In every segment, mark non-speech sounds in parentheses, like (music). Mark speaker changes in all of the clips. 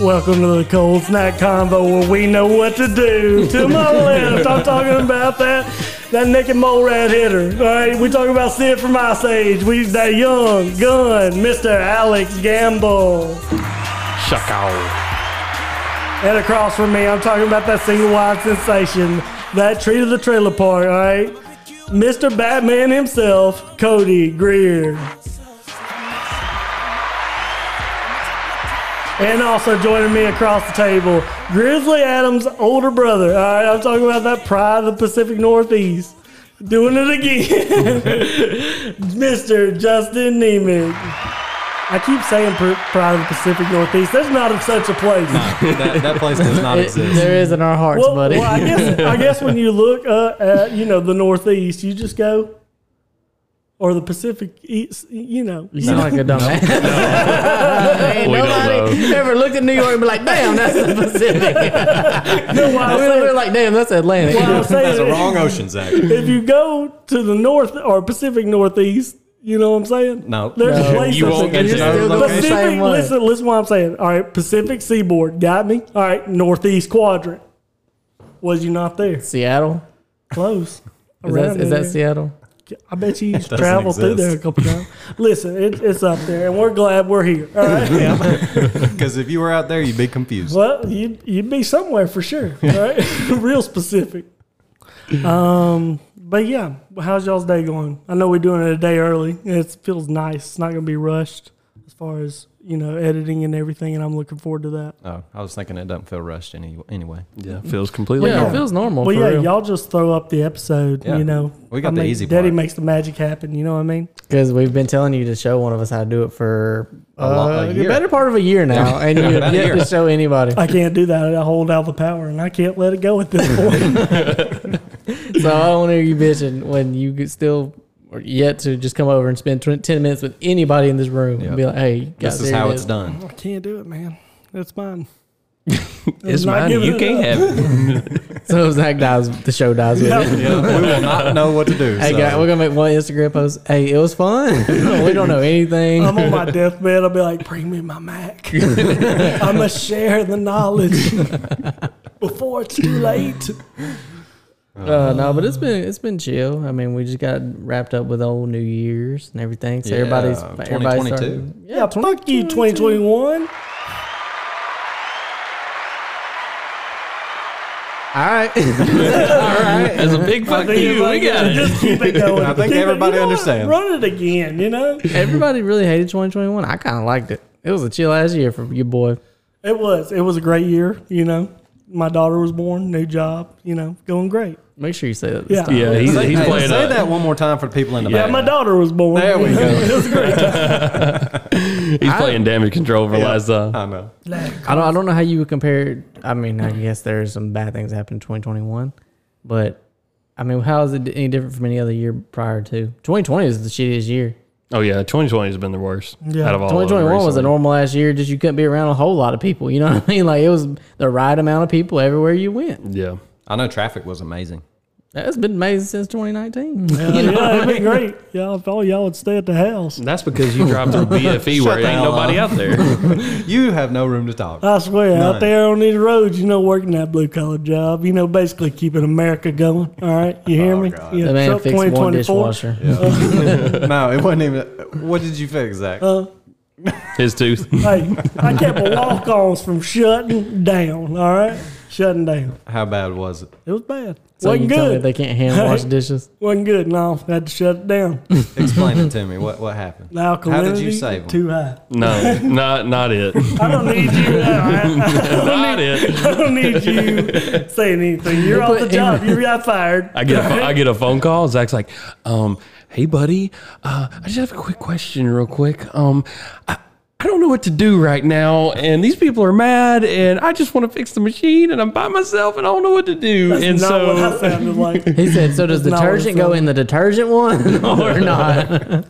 Speaker 1: Welcome to the cold snack convo where we know what to do. To my left, I'm talking about that that naked mole rat hitter. All right, we talking about Sid from Ice Age. We that young gun, Mr. Alex Gamble.
Speaker 2: Shuck owl.
Speaker 1: And across from me, I'm talking about that single wide sensation, that treat of the trailer park, all right? Mr. Batman himself, Cody Greer. And also joining me across the table, Grizzly Adams' older brother. All right, I'm talking about that pride of the Pacific Northeast. Doing it again, (laughs) Mr. Justin Nemec. I keep saying pr- pride of the Pacific Northeast. There's not such a place.
Speaker 2: That, that place does not
Speaker 3: (laughs) It,
Speaker 2: exist.
Speaker 3: there is in our hearts,
Speaker 1: Well,
Speaker 3: buddy.
Speaker 1: well, I guess I guess when you look uh, at you know the Northeast, you just go or the Pacific East. You know,
Speaker 3: you sound like a
Speaker 2: (laughs)
Speaker 3: dumbass. Ain't
Speaker 2: We don't
Speaker 3: nobody ever looked at New York and be like, damn, that's the Pacific.
Speaker 2: (laughs)
Speaker 1: No, why I
Speaker 3: we were
Speaker 1: said-
Speaker 3: like, damn, that's Atlantic.
Speaker 1: why I'm saying
Speaker 2: That's the
Speaker 1: it-
Speaker 2: wrong ocean, Zach.
Speaker 1: If you go to the North or Pacific Northeast, you know what I'm saying?
Speaker 2: No.
Speaker 1: there's
Speaker 3: No.
Speaker 1: places.
Speaker 2: You won't get
Speaker 3: You're
Speaker 2: to know
Speaker 3: still
Speaker 2: the
Speaker 3: gonna
Speaker 2: location.
Speaker 3: say-
Speaker 1: Pacific,
Speaker 3: Same way.
Speaker 1: listen, listen what I'm saying. All right, Pacific Seaboard, got me. All right, Northeast Quadrant. Was you not there?
Speaker 3: Seattle?
Speaker 1: Close.
Speaker 3: Is that,
Speaker 1: Around
Speaker 3: is that
Speaker 1: there.
Speaker 3: Seattle?
Speaker 1: I bet
Speaker 2: (laughs)
Speaker 1: you used to
Speaker 2: Doesn't
Speaker 1: travel through
Speaker 2: exist.
Speaker 1: there a couple times. Listen, it, it's up there, and we're glad we're here. All
Speaker 2: (laughs)
Speaker 1: right.
Speaker 2: Because if you were out there, you'd be confused.
Speaker 1: Well, you'd, you'd be somewhere for sure. All right. (laughs) Real specific. Um, but yeah, how's y'all's day going? I know we're doing it a day early. and It feels nice. It's not going to be rushed as far as, you know, editing and everything, and I'm looking forward to that.
Speaker 2: Oh, I was thinking it doesn't feel rushed any, anyway.
Speaker 4: Yeah, feels completely.
Speaker 3: Yeah,
Speaker 4: normal.
Speaker 3: it feels normal.
Speaker 1: Well,
Speaker 3: for
Speaker 1: yeah,
Speaker 3: real.
Speaker 1: y'all just throw up the episode,
Speaker 2: Yeah.
Speaker 1: you know.
Speaker 2: We got
Speaker 1: I
Speaker 2: the
Speaker 1: mean,
Speaker 2: easy
Speaker 1: Daddy
Speaker 2: part.
Speaker 1: makes the magic happen, you know what I mean?
Speaker 3: Because we've been telling you to show one of us how to do it for
Speaker 2: A lo- a
Speaker 3: uh, the
Speaker 2: year.
Speaker 3: better part of a year (laughs) now, and you
Speaker 2: About
Speaker 3: have
Speaker 2: a
Speaker 3: yet
Speaker 2: year.
Speaker 3: to show anybody.
Speaker 1: I can't do that. I hold out the power, and I can't let it go at
Speaker 2: (laughs)
Speaker 1: this point.
Speaker 3: (laughs) So I don't hear you bitching when you could still are yet to just come over and spend tw- ten minutes with anybody in this room and
Speaker 2: Yep.
Speaker 3: be like, "Hey, guys,
Speaker 2: This is
Speaker 3: here
Speaker 2: how
Speaker 3: it
Speaker 2: it's done.
Speaker 1: I can't do it, man. That's mine.
Speaker 4: (laughs) It's
Speaker 1: not
Speaker 4: mine.
Speaker 1: giving
Speaker 4: You
Speaker 1: it
Speaker 4: can't
Speaker 1: up.
Speaker 4: have
Speaker 3: (laughs)
Speaker 4: it.
Speaker 3: So if Zach dies, the show dies. With it.
Speaker 2: we will not know what to do.
Speaker 3: Hey, guys, we're gonna make one Instagram post. Hey, it was fun. (laughs) we don't know
Speaker 1: (laughs)
Speaker 3: anything.
Speaker 1: I'm on my deathbed. I'll be like, bring me my
Speaker 4: (laughs)
Speaker 1: Mac. I'm going to share the knowledge before it's too late.
Speaker 3: Uh, no, but it's been it's been chill. I mean, we just got wrapped up with old New Year's and everything. So
Speaker 2: Yeah,
Speaker 3: everybody's everybody's
Speaker 2: 2022.
Speaker 3: starting-
Speaker 1: Yeah, fuck you, 2021.
Speaker 3: All right, (laughs) all right.
Speaker 4: It's a big fuck you. We got it.
Speaker 1: Just keep it going.
Speaker 2: (laughs) I think
Speaker 1: Keep it-
Speaker 2: everybody
Speaker 1: you know what?
Speaker 2: understands.
Speaker 1: Run it again, you know?
Speaker 3: Everybody really hated 2021. I kind of liked it. It was a chill ass year for your boy.
Speaker 1: It was. It was a great year, you know? My daughter was born, new job, you know, going great.
Speaker 3: Make sure you say that.
Speaker 1: Yeah.
Speaker 3: This time.
Speaker 4: Yeah, he's,
Speaker 2: Say,
Speaker 4: he's
Speaker 2: hey,
Speaker 4: playing uh,
Speaker 2: say
Speaker 4: up.
Speaker 2: that one more time for the people in the
Speaker 1: Yeah,
Speaker 2: back.
Speaker 1: my daughter was born.
Speaker 2: There we
Speaker 1: (laughs) it
Speaker 2: go.
Speaker 1: was a great time.
Speaker 4: He's playing damage control for last time.
Speaker 2: I know.
Speaker 3: I don't. I don't know how you would compare. I mean, I guess there's some bad things that happened in 2021, but I mean, how is it any different from any other year prior to 2020? Is the shittiest year.
Speaker 4: Oh yeah, 2020 has been the worst
Speaker 1: Yeah.
Speaker 4: out of all. of them
Speaker 3: 2021 was a
Speaker 4: recently.
Speaker 3: normal ass year. Just you couldn't be around a whole lot of people. You know what I mean? (laughs) Like it was the right amount of people everywhere you went.
Speaker 4: Yeah,
Speaker 2: I know traffic was amazing.
Speaker 3: That's been amazing since 2019. you know?
Speaker 1: Yeah,
Speaker 2: (laughs)
Speaker 1: it'd be great. Y'all, if all y'all would stay at the house.
Speaker 4: that's because you drive (laughs) through BFE E where
Speaker 2: Shut
Speaker 4: it
Speaker 2: the
Speaker 4: ain't
Speaker 2: hell
Speaker 4: nobody
Speaker 2: up.
Speaker 4: out there.
Speaker 2: You have no room to talk.
Speaker 1: I swear, out
Speaker 2: None.
Speaker 1: there on these roads, you know, working that blue collar job, you know, basically keeping America going. All right, you hear
Speaker 2: Oh,
Speaker 1: me?
Speaker 2: God.
Speaker 1: You
Speaker 3: The
Speaker 1: know,
Speaker 3: man
Speaker 1: Trump
Speaker 3: fixed one
Speaker 1: 2024.
Speaker 3: dishwasher.
Speaker 2: no, it wasn't even. What did you fix, Zach?
Speaker 4: (laughs)
Speaker 1: Uh,
Speaker 4: His tooth.
Speaker 1: Hey, I kept walk ons from shutting down. All right, shutting down.
Speaker 2: How bad was it?
Speaker 1: It was bad.
Speaker 3: So
Speaker 1: wasn't
Speaker 3: you tell me
Speaker 1: good.
Speaker 3: they can't hand
Speaker 1: (laughs)
Speaker 3: wash dishes.
Speaker 1: wasn't good. No, had to shut it down.
Speaker 2: Explain it to me. What what happened?
Speaker 1: The alkalinity
Speaker 2: How did you save them?
Speaker 1: too high.
Speaker 4: No, not not it.
Speaker 1: I don't need you. I,
Speaker 4: Not it.
Speaker 1: I don't need you saying anything. You're off the
Speaker 3: put
Speaker 1: job. You got fired.
Speaker 4: I get a, I get a phone call. Zach's like, um, "Hey, buddy, uh, I just have a quick question, real quick. Um, I, I don't know what to do right now, and these people are mad, and I just want to fix the machine, and I'm by myself, and I don't know what to do. and
Speaker 1: That's not what I
Speaker 4: so,
Speaker 1: sounded like. It's
Speaker 3: He said, "So does
Speaker 1: Not what it's
Speaker 3: detergent go
Speaker 1: on.
Speaker 3: in the detergent
Speaker 1: (laughs)
Speaker 3: one (laughs) or not?"
Speaker 1: a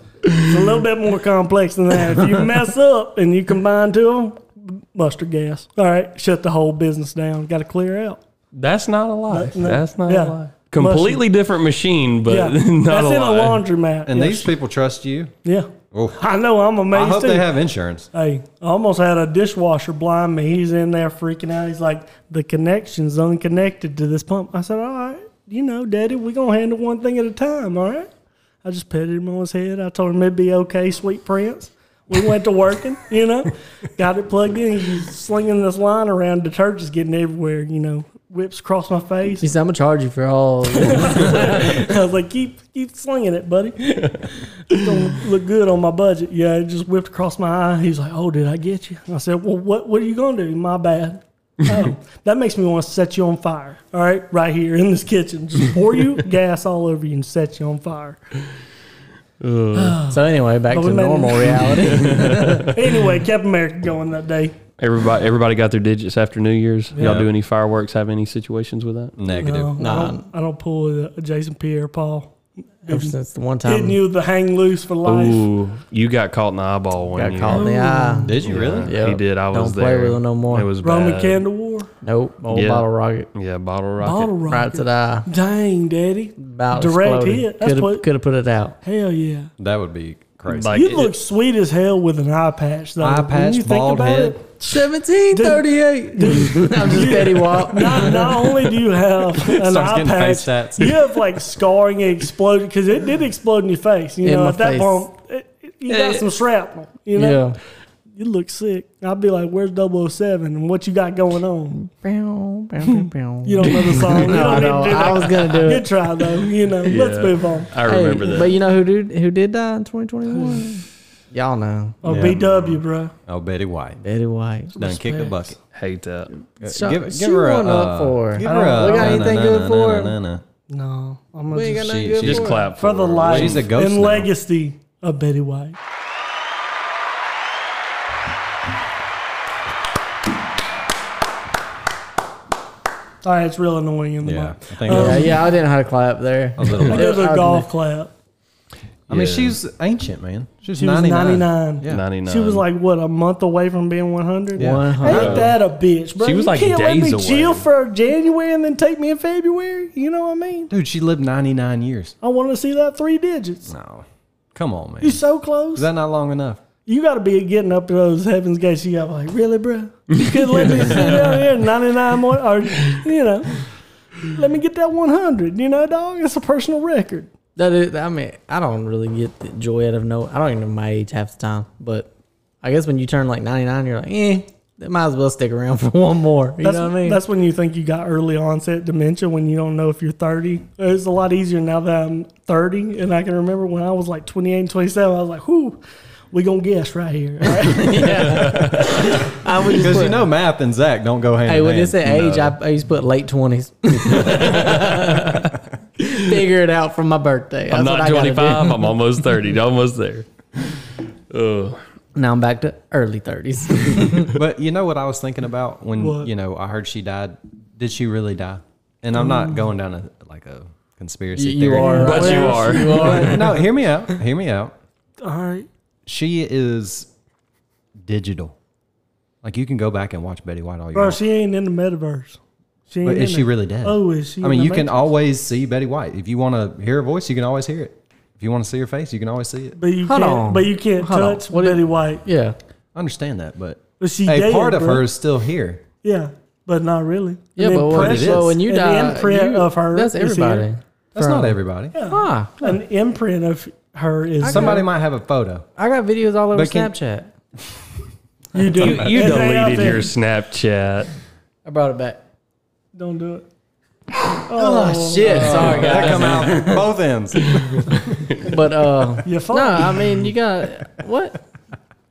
Speaker 1: little bit more complex than that. If you mess up and you combine two of them, mustard gas. All right, shut the whole business down. Got to clear out.
Speaker 4: that's not a lie.
Speaker 1: No,
Speaker 4: That's not
Speaker 1: yeah.
Speaker 4: a lie. completely different machine, but
Speaker 1: Yeah,
Speaker 4: (laughs) not
Speaker 1: that's
Speaker 4: a
Speaker 1: in a
Speaker 4: lot.
Speaker 1: laundromat.
Speaker 2: And
Speaker 1: yeah.
Speaker 2: these people trust you.
Speaker 1: yeah,
Speaker 2: Oh,
Speaker 1: I know. I'm amazed.
Speaker 2: I hope
Speaker 1: too.
Speaker 2: they have insurance.
Speaker 1: Hey, I almost had a dishwasher blind me. He's in there freaking out. He's like, the connection's unconnected to this pump. I said, all right, you know, Daddy, we're going to handle one thing at a time, all right? I just petted him on his head. I told him it'd be okay, sweet prince. We went to working, (laughs) you know, got it plugged in. He's slinging this line around. Detergent's getting everywhere, you know, whips across my face.
Speaker 3: He said, I'm going to charge you for
Speaker 1: (laughs)
Speaker 3: all.
Speaker 1: I was like, keep keep slinging it, buddy. (laughs) It don't look good on my budget. Yeah, it just whipped across my eye. He's like, oh, did I get you? I said, well, what what are you gonna do? My bad. Oh, that makes me want to set you on fire. All right, right here in this kitchen, just pour you gas all over you and set you on fire.
Speaker 3: so, anyway, back
Speaker 1: But we
Speaker 3: to
Speaker 1: made it. (laughs)
Speaker 3: normal reality.
Speaker 1: Anyway, kept America going that day.
Speaker 4: Everybody, everybody got their digits after New Year's. Y'all
Speaker 2: Yeah.
Speaker 4: do any fireworks? Have any situations with that?
Speaker 2: Negative.
Speaker 1: No, I,
Speaker 3: Nah.
Speaker 1: don't, I don't pull a Jason Pierre Paul.
Speaker 3: Ever since the one
Speaker 1: Hitting
Speaker 3: time
Speaker 1: you with the hang loose for life.
Speaker 4: Ooh, you got caught in the eyeball one
Speaker 3: I got
Speaker 4: year.
Speaker 3: caught in the eye.
Speaker 2: Did you really?
Speaker 4: Yeah,
Speaker 3: Yeah.
Speaker 4: he did. I was
Speaker 3: Don't
Speaker 4: there.
Speaker 3: play with it no more.
Speaker 4: It was
Speaker 1: Roman
Speaker 4: bad.
Speaker 1: candle war.
Speaker 3: Nope. Old
Speaker 4: Yeah.
Speaker 3: bottle rocket.
Speaker 4: Yeah, bottle rocket.
Speaker 1: Bottle
Speaker 3: Right to
Speaker 1: rocket.
Speaker 3: the eye.
Speaker 1: Dang, daddy.
Speaker 3: About
Speaker 1: Direct
Speaker 3: exploded.
Speaker 1: hit. That's
Speaker 3: Could have
Speaker 1: what-
Speaker 3: could have put it out.
Speaker 1: Hell yeah.
Speaker 2: That would be crazy.
Speaker 4: Like,
Speaker 1: you
Speaker 4: it-
Speaker 1: look sweet as hell with an eye patch, though.
Speaker 2: Eye
Speaker 1: When
Speaker 2: patch,
Speaker 1: you think
Speaker 2: bald
Speaker 1: about
Speaker 2: head.
Speaker 1: it,
Speaker 3: 1738. (laughs) I'm just Betty Wap.
Speaker 1: not, not only do you have an
Speaker 2: Starts
Speaker 1: eye
Speaker 2: getting
Speaker 1: patch,
Speaker 2: face tats.
Speaker 1: you have like scarring and exploded because it did explode in your face. You
Speaker 3: In
Speaker 1: know,
Speaker 3: my
Speaker 1: at that
Speaker 3: face.
Speaker 1: point, it, it- you got some shrapnel. You know,
Speaker 3: Yeah.
Speaker 1: you look sick. I'd be like, "Where's 007 and what you got going on?"
Speaker 3: Bow, bow, bow, bow.
Speaker 1: You don't know the song. you
Speaker 3: No,
Speaker 1: don't
Speaker 3: no,
Speaker 1: need to do
Speaker 3: I
Speaker 1: that.
Speaker 3: was gonna do
Speaker 1: Good
Speaker 3: it.
Speaker 1: try though. You know, let's
Speaker 4: Yeah.
Speaker 1: move on.
Speaker 4: I remember
Speaker 3: Hey,
Speaker 4: that.
Speaker 3: But you know who did who did die in 2021? (sighs) Y'all know
Speaker 1: Oh,
Speaker 2: Yeah.
Speaker 1: BW, bro.
Speaker 2: oh, Betty White.
Speaker 3: Betty White.
Speaker 2: Done kicked the bucket.
Speaker 4: Hate that.
Speaker 3: Shoot- shoot one up for her.
Speaker 2: uh, Give
Speaker 1: I
Speaker 2: her
Speaker 1: don't-
Speaker 2: a.
Speaker 1: we
Speaker 3: got anything good for her?
Speaker 1: No, I'm
Speaker 3: We
Speaker 1: gonna
Speaker 3: ain't
Speaker 1: just,
Speaker 3: got nothing
Speaker 2: she-
Speaker 3: good
Speaker 2: she
Speaker 4: Just
Speaker 3: for it.
Speaker 4: clap
Speaker 1: for the
Speaker 4: her.
Speaker 1: life
Speaker 2: She's a ghost
Speaker 1: and
Speaker 2: now.
Speaker 1: legacy of Betty White. All right, it's real annoying in the
Speaker 2: Yeah. I
Speaker 1: mic.
Speaker 2: think
Speaker 1: Um,
Speaker 2: that-
Speaker 3: Yeah, yeah, I didn't know how to clap there.
Speaker 2: A little
Speaker 1: I
Speaker 2: bit.
Speaker 1: give
Speaker 3: (laughs) I
Speaker 1: it a
Speaker 3: was
Speaker 1: golf clap.
Speaker 2: I mean,
Speaker 4: Yeah.
Speaker 2: she's ancient, man. She's
Speaker 1: She was
Speaker 2: 99.
Speaker 1: 99.
Speaker 2: Yeah.
Speaker 4: 99.
Speaker 1: She was like, what, a month away from being 100?
Speaker 2: Yeah.
Speaker 3: One
Speaker 1: Ain't
Speaker 3: hundred.
Speaker 1: that a bitch, bro?
Speaker 4: She was,
Speaker 1: you
Speaker 4: like,
Speaker 1: can't let
Speaker 4: days
Speaker 1: me
Speaker 4: away.
Speaker 1: chill for January and then take me in February. You know what I mean?
Speaker 2: Dude, she lived 99 years.
Speaker 1: I want to see that three digits.
Speaker 2: No. Come on, man.
Speaker 1: You
Speaker 2: Is
Speaker 1: so close.
Speaker 2: that not long enough?
Speaker 1: You got to be getting up to those heaven's gates. You got like, really, bro? You could let me sit down here ninety nine more, or you know, let me get that one hundred. You know, dog, it's a personal record.
Speaker 3: That is, I mean, I don't really get the joy out of no. I don't even know my age half the time, but I guess when you turn like 99, you're like, eh, that might as well stick around (laughs) for one more. You
Speaker 1: That's,
Speaker 3: know what I mean?
Speaker 1: that's when you think you got early onset dementia when you don't know if you're thirty. It's a lot easier now that I'm thirty, and I can remember when I was like twenty eight and twenty seven. I was like, whoo. We gonna guess right
Speaker 4: (laughs)
Speaker 1: here. All right.
Speaker 3: I would just
Speaker 2: Because
Speaker 3: put,
Speaker 2: you know math and Zach don't go hand
Speaker 3: hey,
Speaker 2: in
Speaker 3: when
Speaker 2: hand.
Speaker 3: it's that age, I, I used to put late (laughs) 20s. Figure it out from my birthday.
Speaker 4: I'm
Speaker 3: That's what
Speaker 4: not
Speaker 3: I gotta do.
Speaker 4: 25. I'm almost 30. Almost there. Oh,
Speaker 3: (laughs) Now I'm back to early 30s.
Speaker 2: But you know what I was thinking about when,
Speaker 1: What?
Speaker 2: you know, I heard she died? Did she really die? And I'm not going down a, like a conspiracy
Speaker 3: You- you
Speaker 2: theory.
Speaker 3: are.
Speaker 4: but you are.
Speaker 2: But no, hear me out. Hear me out.
Speaker 1: All right.
Speaker 2: She is digital. Like you can go back and watch Betty White all you
Speaker 1: Bro,
Speaker 2: want.
Speaker 1: she ain't in the metaverse. She ain't
Speaker 2: but is
Speaker 1: in
Speaker 2: she
Speaker 1: it.
Speaker 2: really dead?
Speaker 1: Oh, is she?
Speaker 2: I mean,
Speaker 1: in the
Speaker 2: you can
Speaker 1: Matrix?
Speaker 2: always see Betty White. If you want to hear her voice, you can always hear it. If you want to see her face, you can always see it.
Speaker 1: But you
Speaker 3: Hold
Speaker 1: can't.
Speaker 3: on.
Speaker 1: But you can't
Speaker 3: Hold on.
Speaker 1: touch
Speaker 3: What
Speaker 1: Betty White.
Speaker 3: (laughs) yeah.
Speaker 2: I understand that, but
Speaker 1: But she
Speaker 2: a
Speaker 1: dead,
Speaker 2: part of
Speaker 1: bro.
Speaker 2: her is still here.
Speaker 1: Yeah, but not really. An
Speaker 3: Yeah, but
Speaker 2: what
Speaker 3: when,
Speaker 1: impression,
Speaker 2: it is.
Speaker 3: but when you
Speaker 1: An
Speaker 3: die,
Speaker 1: imprint
Speaker 3: you-
Speaker 1: of her
Speaker 3: That's
Speaker 1: is
Speaker 3: everybody. Ah,
Speaker 1: here.
Speaker 2: That's
Speaker 3: From-
Speaker 2: not everybody.
Speaker 3: Huh.
Speaker 1: an imprint of her is
Speaker 2: Somebody might have a photo.
Speaker 3: I got videos all over
Speaker 2: But can-
Speaker 3: Snapchat.
Speaker 1: You do.
Speaker 4: you, you
Speaker 1: And they out
Speaker 4: deleted
Speaker 1: there.
Speaker 4: your Snapchat.
Speaker 3: I brought it back.
Speaker 1: Don't do it.
Speaker 3: Oh, shit! Sorry,
Speaker 1: (laughs)
Speaker 2: That
Speaker 3: guys.
Speaker 2: come out (laughs) both ends.
Speaker 3: But uh,
Speaker 1: Your
Speaker 3: no,
Speaker 1: phone.
Speaker 3: I mean you got what?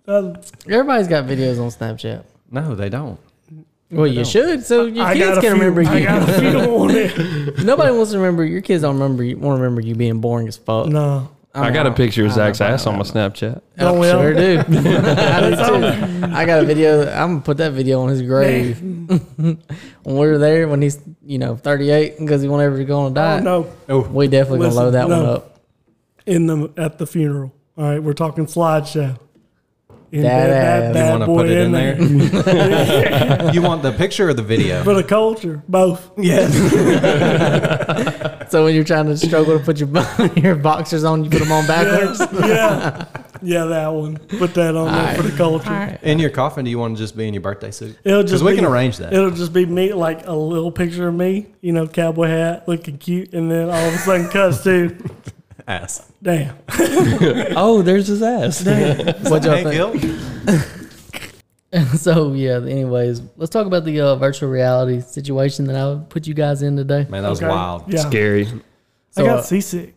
Speaker 1: Uh,
Speaker 3: Everybody's got videos on Snapchat.
Speaker 2: No, they don't.
Speaker 3: Well, you should, so your
Speaker 1: I
Speaker 3: kids
Speaker 1: got a few.
Speaker 3: can remember
Speaker 1: I
Speaker 3: you.
Speaker 1: got a few on
Speaker 3: (laughs)
Speaker 1: it.
Speaker 3: Nobody wants to remember your kids. Don't remember you want to remember you being boring as fuck.
Speaker 1: No.
Speaker 4: Uh, I
Speaker 3: mean,
Speaker 4: got a
Speaker 3: I-
Speaker 4: picture of
Speaker 3: I-
Speaker 4: Zach's
Speaker 3: I- I-
Speaker 4: ass on my Snapchat.
Speaker 3: I
Speaker 1: Don't we all? (laughs)
Speaker 3: sure (laughs) do. I do too. I got a video. I'm gonna put that video on
Speaker 1: (laughs)
Speaker 3: his grave. (laughs) when we were there, when he's you know 38, because he won't ever go on a
Speaker 1: Oh,
Speaker 3: diet.
Speaker 1: no.
Speaker 2: Oh,
Speaker 3: We definitely
Speaker 1: Listen,
Speaker 3: gonna load that
Speaker 1: no.
Speaker 3: one up.
Speaker 1: In the at the funeral. All right, we're talking slideshow. Embed that
Speaker 3: ass.
Speaker 2: You
Speaker 1: bad
Speaker 2: want to
Speaker 1: boy
Speaker 2: put it in there?
Speaker 1: there.
Speaker 2: (laughs) you want the picture or the video?
Speaker 1: (laughs) For the culture, both.
Speaker 2: yes.
Speaker 3: So when you're trying to struggle to put your (laughs) your boxers on, you put them on backwards.
Speaker 1: (laughs) yeah. Yeah, that one. Put that on there for the culture.
Speaker 2: In your coffin, do you want to just be in your birthday suit?
Speaker 1: It'll
Speaker 2: Because
Speaker 1: just
Speaker 2: we
Speaker 1: be-
Speaker 2: can arrange that.
Speaker 1: It'll just be me, like a little picture of me, you know, cowboy hat, looking cute, and then all of a sudden cuts too.
Speaker 2: Ass.
Speaker 1: (laughs) Damn.
Speaker 4: Oh, there's his ass.
Speaker 3: What y'all
Speaker 2: Hank
Speaker 3: think?
Speaker 2: Hill?
Speaker 3: (laughs) So yeah. Anyways, let's talk about the uh, virtual reality situation that I put you guys in today.
Speaker 2: Man, that was
Speaker 1: Okay.
Speaker 2: wild.
Speaker 1: Yeah.
Speaker 4: Scary.
Speaker 1: I
Speaker 3: So,
Speaker 1: got
Speaker 3: uh,
Speaker 1: seasick.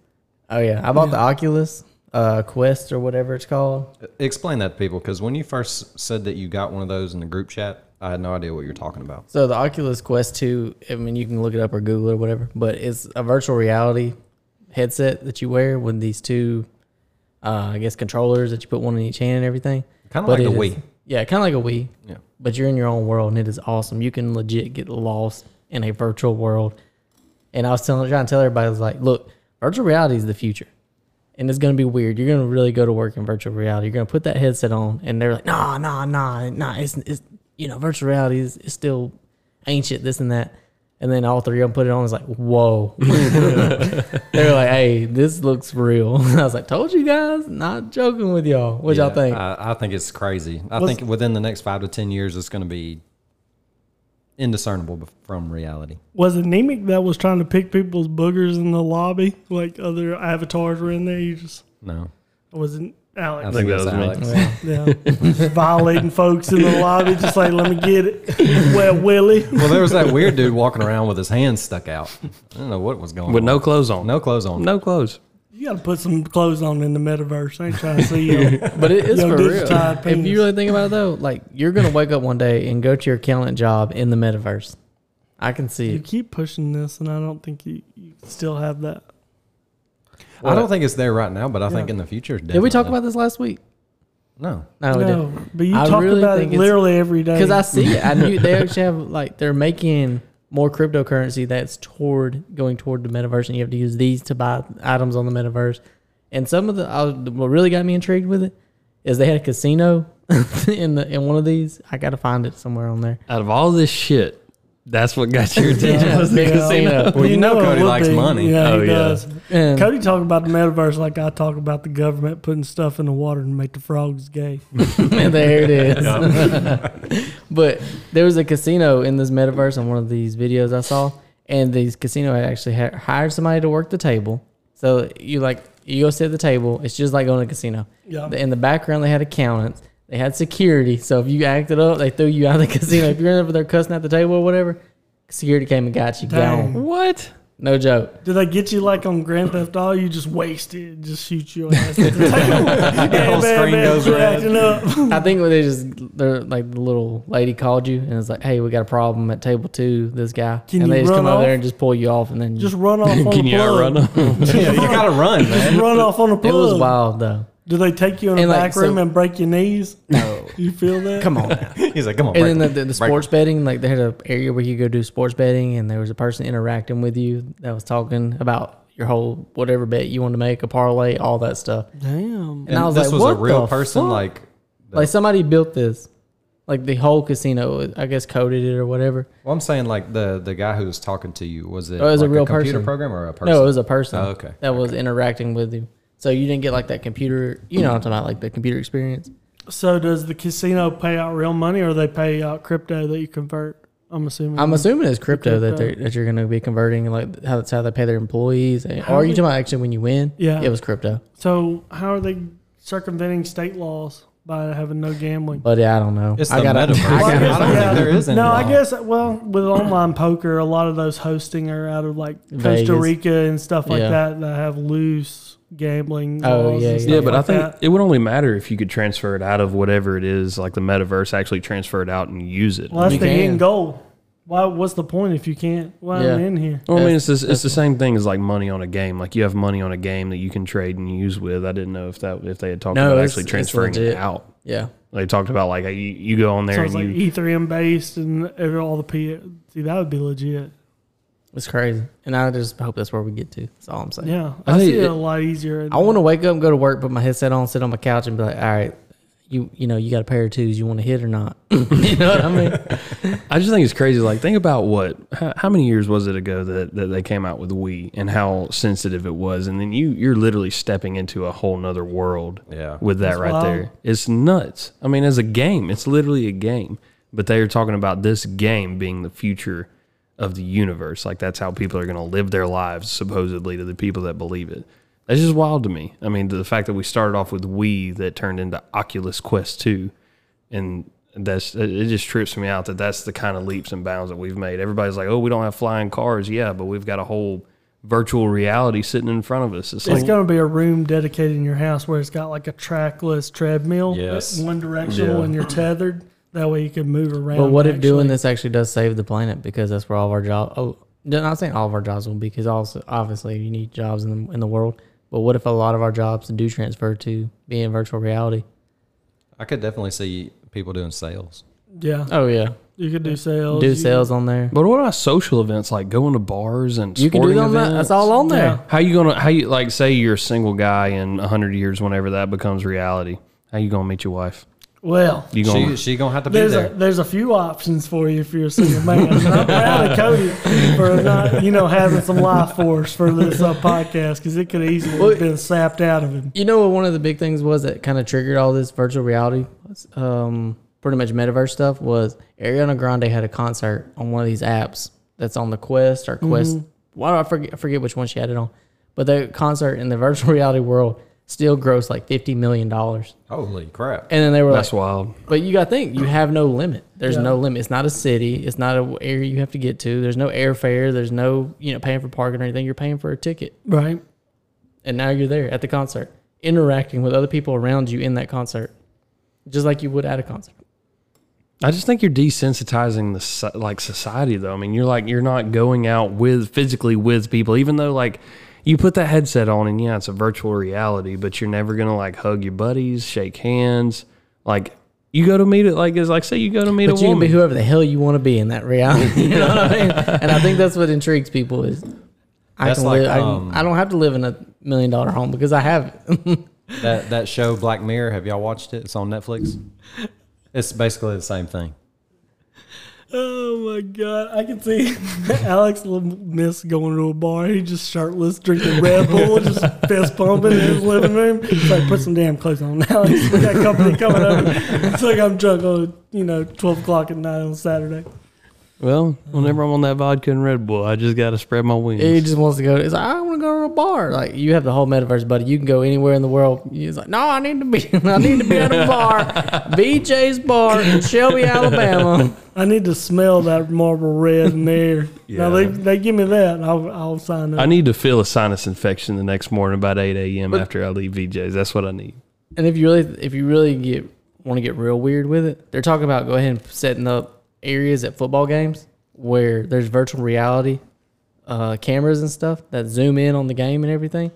Speaker 3: Oh yeah, I bought the Oculus uh, Quest or whatever it's called.
Speaker 2: Explain that to people because when you first said that you got one of those in the group chat, I had no idea what you were talking about.
Speaker 3: So the Oculus Quest Two. I mean, you can look it up or Google it or whatever, but it's a virtual reality headset that you wear with these two, uh, I guess, controllers that you put one in each hand and everything.
Speaker 2: Kind of
Speaker 3: But
Speaker 2: like the
Speaker 3: it
Speaker 2: Wii.
Speaker 3: is- Yeah, kind of like a Wii.
Speaker 2: Yeah.
Speaker 3: But you're in your own world, and it is awesome. You can legit get lost in a virtual world. And I was telling, trying to tell everybody, I was like, look, virtual reality is the future, and it's gonna be weird. You're gonna really go to work in virtual reality. You're gonna put that headset on, and they're like, nah, nah, nah, nah. It's, it's you know, virtual reality is, is still ancient, this and that. And then all three of them put it on. It's like, whoa. (laughs) they were like, hey, this looks real. (laughs) I was like, told you guys, not joking with y'all. What
Speaker 2: Yeah,
Speaker 3: y'all think?
Speaker 2: I, I think it's crazy. I
Speaker 1: What's-
Speaker 2: think within the next five to 10 years, it's going to be indiscernible bef- from reality.
Speaker 1: Was it Nemec that was trying to pick people's boogers in the lobby? Like other avatars were in there. You just
Speaker 2: No.
Speaker 1: I wasn't Alex.
Speaker 2: I
Speaker 4: think that
Speaker 2: it's
Speaker 4: was me.
Speaker 2: Alex.
Speaker 1: Yeah. Just violating folks in the lobby, just like let me get it. Well, Willie.
Speaker 2: well, there was that weird dude walking around with his hands stuck out. I don't know what was going
Speaker 4: With
Speaker 2: on.
Speaker 4: no clothes on.
Speaker 2: no clothes on.
Speaker 4: No clothes.
Speaker 1: You gotta put some clothes on in the metaverse. I ain't trying to see you.
Speaker 3: But it is
Speaker 1: Yo,
Speaker 3: for
Speaker 1: this
Speaker 3: real.
Speaker 1: tied
Speaker 3: If
Speaker 1: penis.
Speaker 3: you really think about it, though, like you're gonna wake up one day and go to your accountant job in the metaverse. I can see
Speaker 1: You
Speaker 3: it.
Speaker 1: keep pushing this, and I don't think you, you still have that.
Speaker 2: I don't think it's there right now, but I think
Speaker 1: Yeah.
Speaker 2: in the future. Definitely.
Speaker 3: Did we talk about this last week?
Speaker 2: No. (laughs)
Speaker 3: No, we
Speaker 1: no,
Speaker 3: didn't.
Speaker 1: but you
Speaker 3: I
Speaker 1: talk
Speaker 3: really
Speaker 1: about
Speaker 3: think
Speaker 1: it
Speaker 3: it's-
Speaker 1: literally every day.
Speaker 3: Because I see it. I knew (laughs) they actually have like they're making more cryptocurrency that's toward going toward the metaverse, and you have to use these to buy items on the metaverse. And some of the I, was- what really got me intrigued with it is they had a casino (laughs) in the in one of these. I got to find it somewhere on there.
Speaker 4: Out of all this shit, that's what got (laughs) your attention.
Speaker 3: Yeah,
Speaker 4: was the
Speaker 1: yeah.
Speaker 3: (laughs)
Speaker 4: casino.
Speaker 2: Well, you know
Speaker 1: it
Speaker 2: Cody
Speaker 1: would
Speaker 2: likes money.
Speaker 1: Yeah,
Speaker 4: Oh,
Speaker 1: he
Speaker 4: yeah.
Speaker 1: does.
Speaker 3: And-
Speaker 1: Cody talk about the metaverse like I talk about the government putting stuff in the water to make the frogs gay.
Speaker 3: And (laughs) there it is. (laughs) but there was a casino in this metaverse on one of these videos I saw, and these casino had actually ha- hired somebody to work the table. So you like you go sit at the table. It's just like going to a casino.
Speaker 1: Yeah.
Speaker 3: In the background, they had accountants. They had security. So if you acted up, they threw you out of the (laughs) casino. if you're in over there cussing at the table or whatever, security came and got you.
Speaker 1: Dang.
Speaker 3: Gone.
Speaker 4: What?
Speaker 3: No joke.
Speaker 1: Did they get you like on Grand Theft Auto? You just wasted, just shoot your
Speaker 3: (laughs)
Speaker 1: ass at the table. the
Speaker 2: whole screen goes red.
Speaker 1: Up.
Speaker 3: I think when they just they're like the little lady called you and it's like, hey, we got a problem at table two. This guy,
Speaker 1: Can
Speaker 3: and
Speaker 1: you
Speaker 3: they just
Speaker 1: run
Speaker 3: come out
Speaker 1: off?
Speaker 3: there and just pull you off, and then you
Speaker 1: Just run off on
Speaker 4: Can
Speaker 1: the
Speaker 4: you
Speaker 1: plug.
Speaker 4: outrun them?
Speaker 2: yeah, you got to run, man.
Speaker 1: Just run off on the
Speaker 3: it
Speaker 1: plug.
Speaker 3: was wild though.
Speaker 1: Do they take you in the
Speaker 3: And, like,
Speaker 1: back room
Speaker 3: so-
Speaker 1: and break your knees?
Speaker 3: No,
Speaker 1: You feel that?
Speaker 3: come on. now.
Speaker 2: He's like, come on.
Speaker 3: (laughs) and
Speaker 2: break
Speaker 3: then the,
Speaker 2: it,
Speaker 3: the, the
Speaker 2: break it.
Speaker 3: sports betting, like they had an area where you go do sports betting, and there was a person interacting with you that was talking about your whole whatever bet you wanted to make, a parlay, all that stuff.
Speaker 1: Damn.
Speaker 3: And, I was
Speaker 2: this
Speaker 3: like,
Speaker 2: was
Speaker 3: what
Speaker 2: a real
Speaker 3: the
Speaker 2: person,
Speaker 3: fuck?
Speaker 2: like
Speaker 3: like somebody built this, like the whole casino, I guess coded it or whatever.
Speaker 2: Well, I'm saying like the the guy who was talking to you was it,
Speaker 3: Oh, it was a
Speaker 2: like
Speaker 3: real
Speaker 2: computer
Speaker 3: person.
Speaker 2: program or a person?
Speaker 3: No, it was a person.
Speaker 2: Oh, okay.
Speaker 3: That was interacting with you. So you didn't get like that computer, you know what I'm talking about, like the computer experience.
Speaker 1: So does the casino pay out real money, or they pay out crypto that you convert? I'm assuming.
Speaker 3: I'm assuming it's crypto that
Speaker 1: Crypto.
Speaker 3: they're, that you're going to be converting, like how that's how they pay their employees. And, or are you
Speaker 1: did-
Speaker 3: talking about actually when you win?
Speaker 1: Yeah.
Speaker 3: It was crypto.
Speaker 1: so how are they circumventing state laws by having no gambling?
Speaker 3: But yeah, I don't know.
Speaker 2: It's
Speaker 3: I
Speaker 2: the
Speaker 3: gotta-
Speaker 2: metaverse.
Speaker 3: (laughs) I
Speaker 2: Well,
Speaker 3: gotta-
Speaker 2: I don't think there is any
Speaker 1: No, I
Speaker 2: law.
Speaker 1: guess well with online poker, a lot of those hosting are out of like Costa
Speaker 3: Vegas.
Speaker 1: Rica and stuff like
Speaker 3: Yeah.
Speaker 1: that that have loose gambling.
Speaker 3: Oh,
Speaker 1: laws
Speaker 3: yeah,
Speaker 1: and
Speaker 3: yeah.
Speaker 1: stuff
Speaker 4: Yeah, but I
Speaker 1: like
Speaker 4: think
Speaker 1: that.
Speaker 4: it would only matter if you could transfer it out of whatever it is, like the metaverse, actually transfer it out and use it.
Speaker 1: well, that's
Speaker 3: you
Speaker 1: the
Speaker 3: can.
Speaker 1: end goal. Why? What's the point if you can't? Why am
Speaker 3: Yeah.
Speaker 1: I in here?
Speaker 4: Well, I mean, it's this, it's the same thing as like money on a game. Like you have money on a game that you can trade and use with. I didn't know if that if they had talked
Speaker 3: No,
Speaker 4: about
Speaker 3: it's-
Speaker 4: actually
Speaker 3: it's
Speaker 4: transferring it
Speaker 3: legit.
Speaker 4: out.
Speaker 3: yeah.
Speaker 4: They talked about like hey, you, you go on there
Speaker 1: So
Speaker 4: and
Speaker 1: it's like
Speaker 4: you
Speaker 1: Ethereum based and every- all the P. See, that would be legit.
Speaker 3: It's crazy. And I just hope that's where we get to. That's all I'm saying.
Speaker 1: Yeah,
Speaker 4: I
Speaker 1: I
Speaker 4: think
Speaker 1: see it
Speaker 4: it-
Speaker 1: a lot easier. in-
Speaker 3: I want to wake up and go to work, put my headset on, sit on my couch, and be like, all right, you you know you got a pair of twos you want to hit or not. (laughs) you know what I mean?
Speaker 4: I just think it's crazy. Like, think about what, how, how many years was it ago that, that they came out with Wii and how sensitive it was. And then you, you're literally stepping into a whole nother world
Speaker 2: Yeah.
Speaker 4: with that right
Speaker 1: wild.
Speaker 4: there. It's nuts. I mean, as a game, it's literally a game, but they are talking about this game being the future of the universe. Like that's how people are going to live their lives, supposedly to the people that believe it. That's just wild to me. I mean, the fact that we started off with Wii that turned into Oculus Quest 2 and that's it it just trips me out that that's the kind of leaps and bounds that we've made. Everybody's like, "Oh, we don't have flying cars." Yeah, but we've got a whole virtual reality sitting in front of us. It's
Speaker 1: It's
Speaker 4: like
Speaker 1: going to be a room dedicated in your house where it's got like a trackless treadmill,
Speaker 2: Yes.
Speaker 1: that's one directional,
Speaker 2: Yeah.
Speaker 1: and you're tethered. That way you can move around.
Speaker 3: But what if doing
Speaker 1: actually.
Speaker 3: this actually does save the planet because that's where all of our jobs? Oh, no, not saying all of our jobs will be because also obviously you need jobs in the, in the world. But what if a lot of our jobs do transfer to being virtual reality?
Speaker 2: I could definitely see people doing sales.
Speaker 1: Yeah,
Speaker 3: Oh yeah,
Speaker 1: you could do sales.
Speaker 3: do
Speaker 1: you-
Speaker 3: sales on there.
Speaker 4: But what about social events like going to bars and
Speaker 3: You can do
Speaker 4: sporting
Speaker 3: that. on that.
Speaker 4: events?
Speaker 3: That's all on there.
Speaker 1: Yeah.
Speaker 4: How you gonna how you like say you're a single guy in hundred years whenever that becomes reality? How you gonna meet your wife?
Speaker 1: Well,
Speaker 4: You gonna
Speaker 2: She she gonna have to be
Speaker 1: there's a
Speaker 2: there.
Speaker 1: there's a few options for you if you're a single man. And I'm proud of Cody for not you know having some life force for this uh, podcast because it could easily have been sapped out of him.
Speaker 3: You know what? One of the big things was that kind of triggered all this virtual reality, was, um, pretty much metaverse stuff. Was Ariana Grande had a concert on one of these apps that's on the Quest or Quest? Why do I forget? I forget which one she had it on. But the concert in the (laughs) virtual reality world still grossed like fifty million dollars.
Speaker 2: Holy crap!
Speaker 3: And then they were
Speaker 4: That's
Speaker 3: like,
Speaker 4: wild.
Speaker 3: "But you got to think, you have no limit. There's
Speaker 1: Yeah.
Speaker 3: no limit. It's not a city. It's not a area you have to get to. There's no airfare. There's no you know paying for parking or anything. You're paying for a ticket."
Speaker 1: Right.
Speaker 3: and now you're there at the concert, interacting with other people around you in that concert, just like you would at a concert.
Speaker 4: I just think you're desensitizing the so- like society though. I mean, you're like you're not going out with physically with people, even though like you put that headset on and yeah, it's a virtual reality, but you're never gonna like hug your buddies, shake hands, like. You go to meet it like it's like say you go to meet
Speaker 3: But
Speaker 4: a
Speaker 3: you can
Speaker 4: woman.
Speaker 3: be whoever the hell you want to be in that reality. (laughs) you know what I mean? And I think that's what intrigues people is I
Speaker 2: That's
Speaker 3: can
Speaker 2: like,
Speaker 3: live. I,
Speaker 2: um,
Speaker 3: can, I don't have to live in a million dollar home because I have. it.
Speaker 2: That that show Black Mirror. Have y'all watched it? It's on Netflix. It's basically the same thing.
Speaker 1: Oh my god, I can see (laughs) Alex L- Miss going to a bar. He just shirtless, drinking Red Bull,
Speaker 3: (laughs)
Speaker 1: just fist pumping in his living room. He's like, put some damn clothes on, Alex.
Speaker 3: (laughs)
Speaker 1: We got company coming over. It's like I'm drunk on you know twelve o'clock at night on Saturday.
Speaker 4: well, whenever I'm on that vodka and Red Bull, I just gotta spread my wings.
Speaker 3: he just wants to go. It's like I want to go to a bar. Like you have the whole metaverse, buddy. You can go anywhere in the world. He's like, no, I need to be. (laughs) I need to be at a bar, (laughs) BJ's Bar in Shelby, Alabama.
Speaker 1: I need to smell that marble red in there. Now they, they give me that, and I'll, I'll sign
Speaker 4: I
Speaker 1: up.
Speaker 4: need to feel a sinus infection the next morning about 8 a.m. after I leave VJ's. That's what I need.
Speaker 3: And if you really, if you really get want to get real weird with it, they're talking about go ahead and setting up areas at football games where there's virtual reality uh, cameras and stuff that zoom in on the game and everything.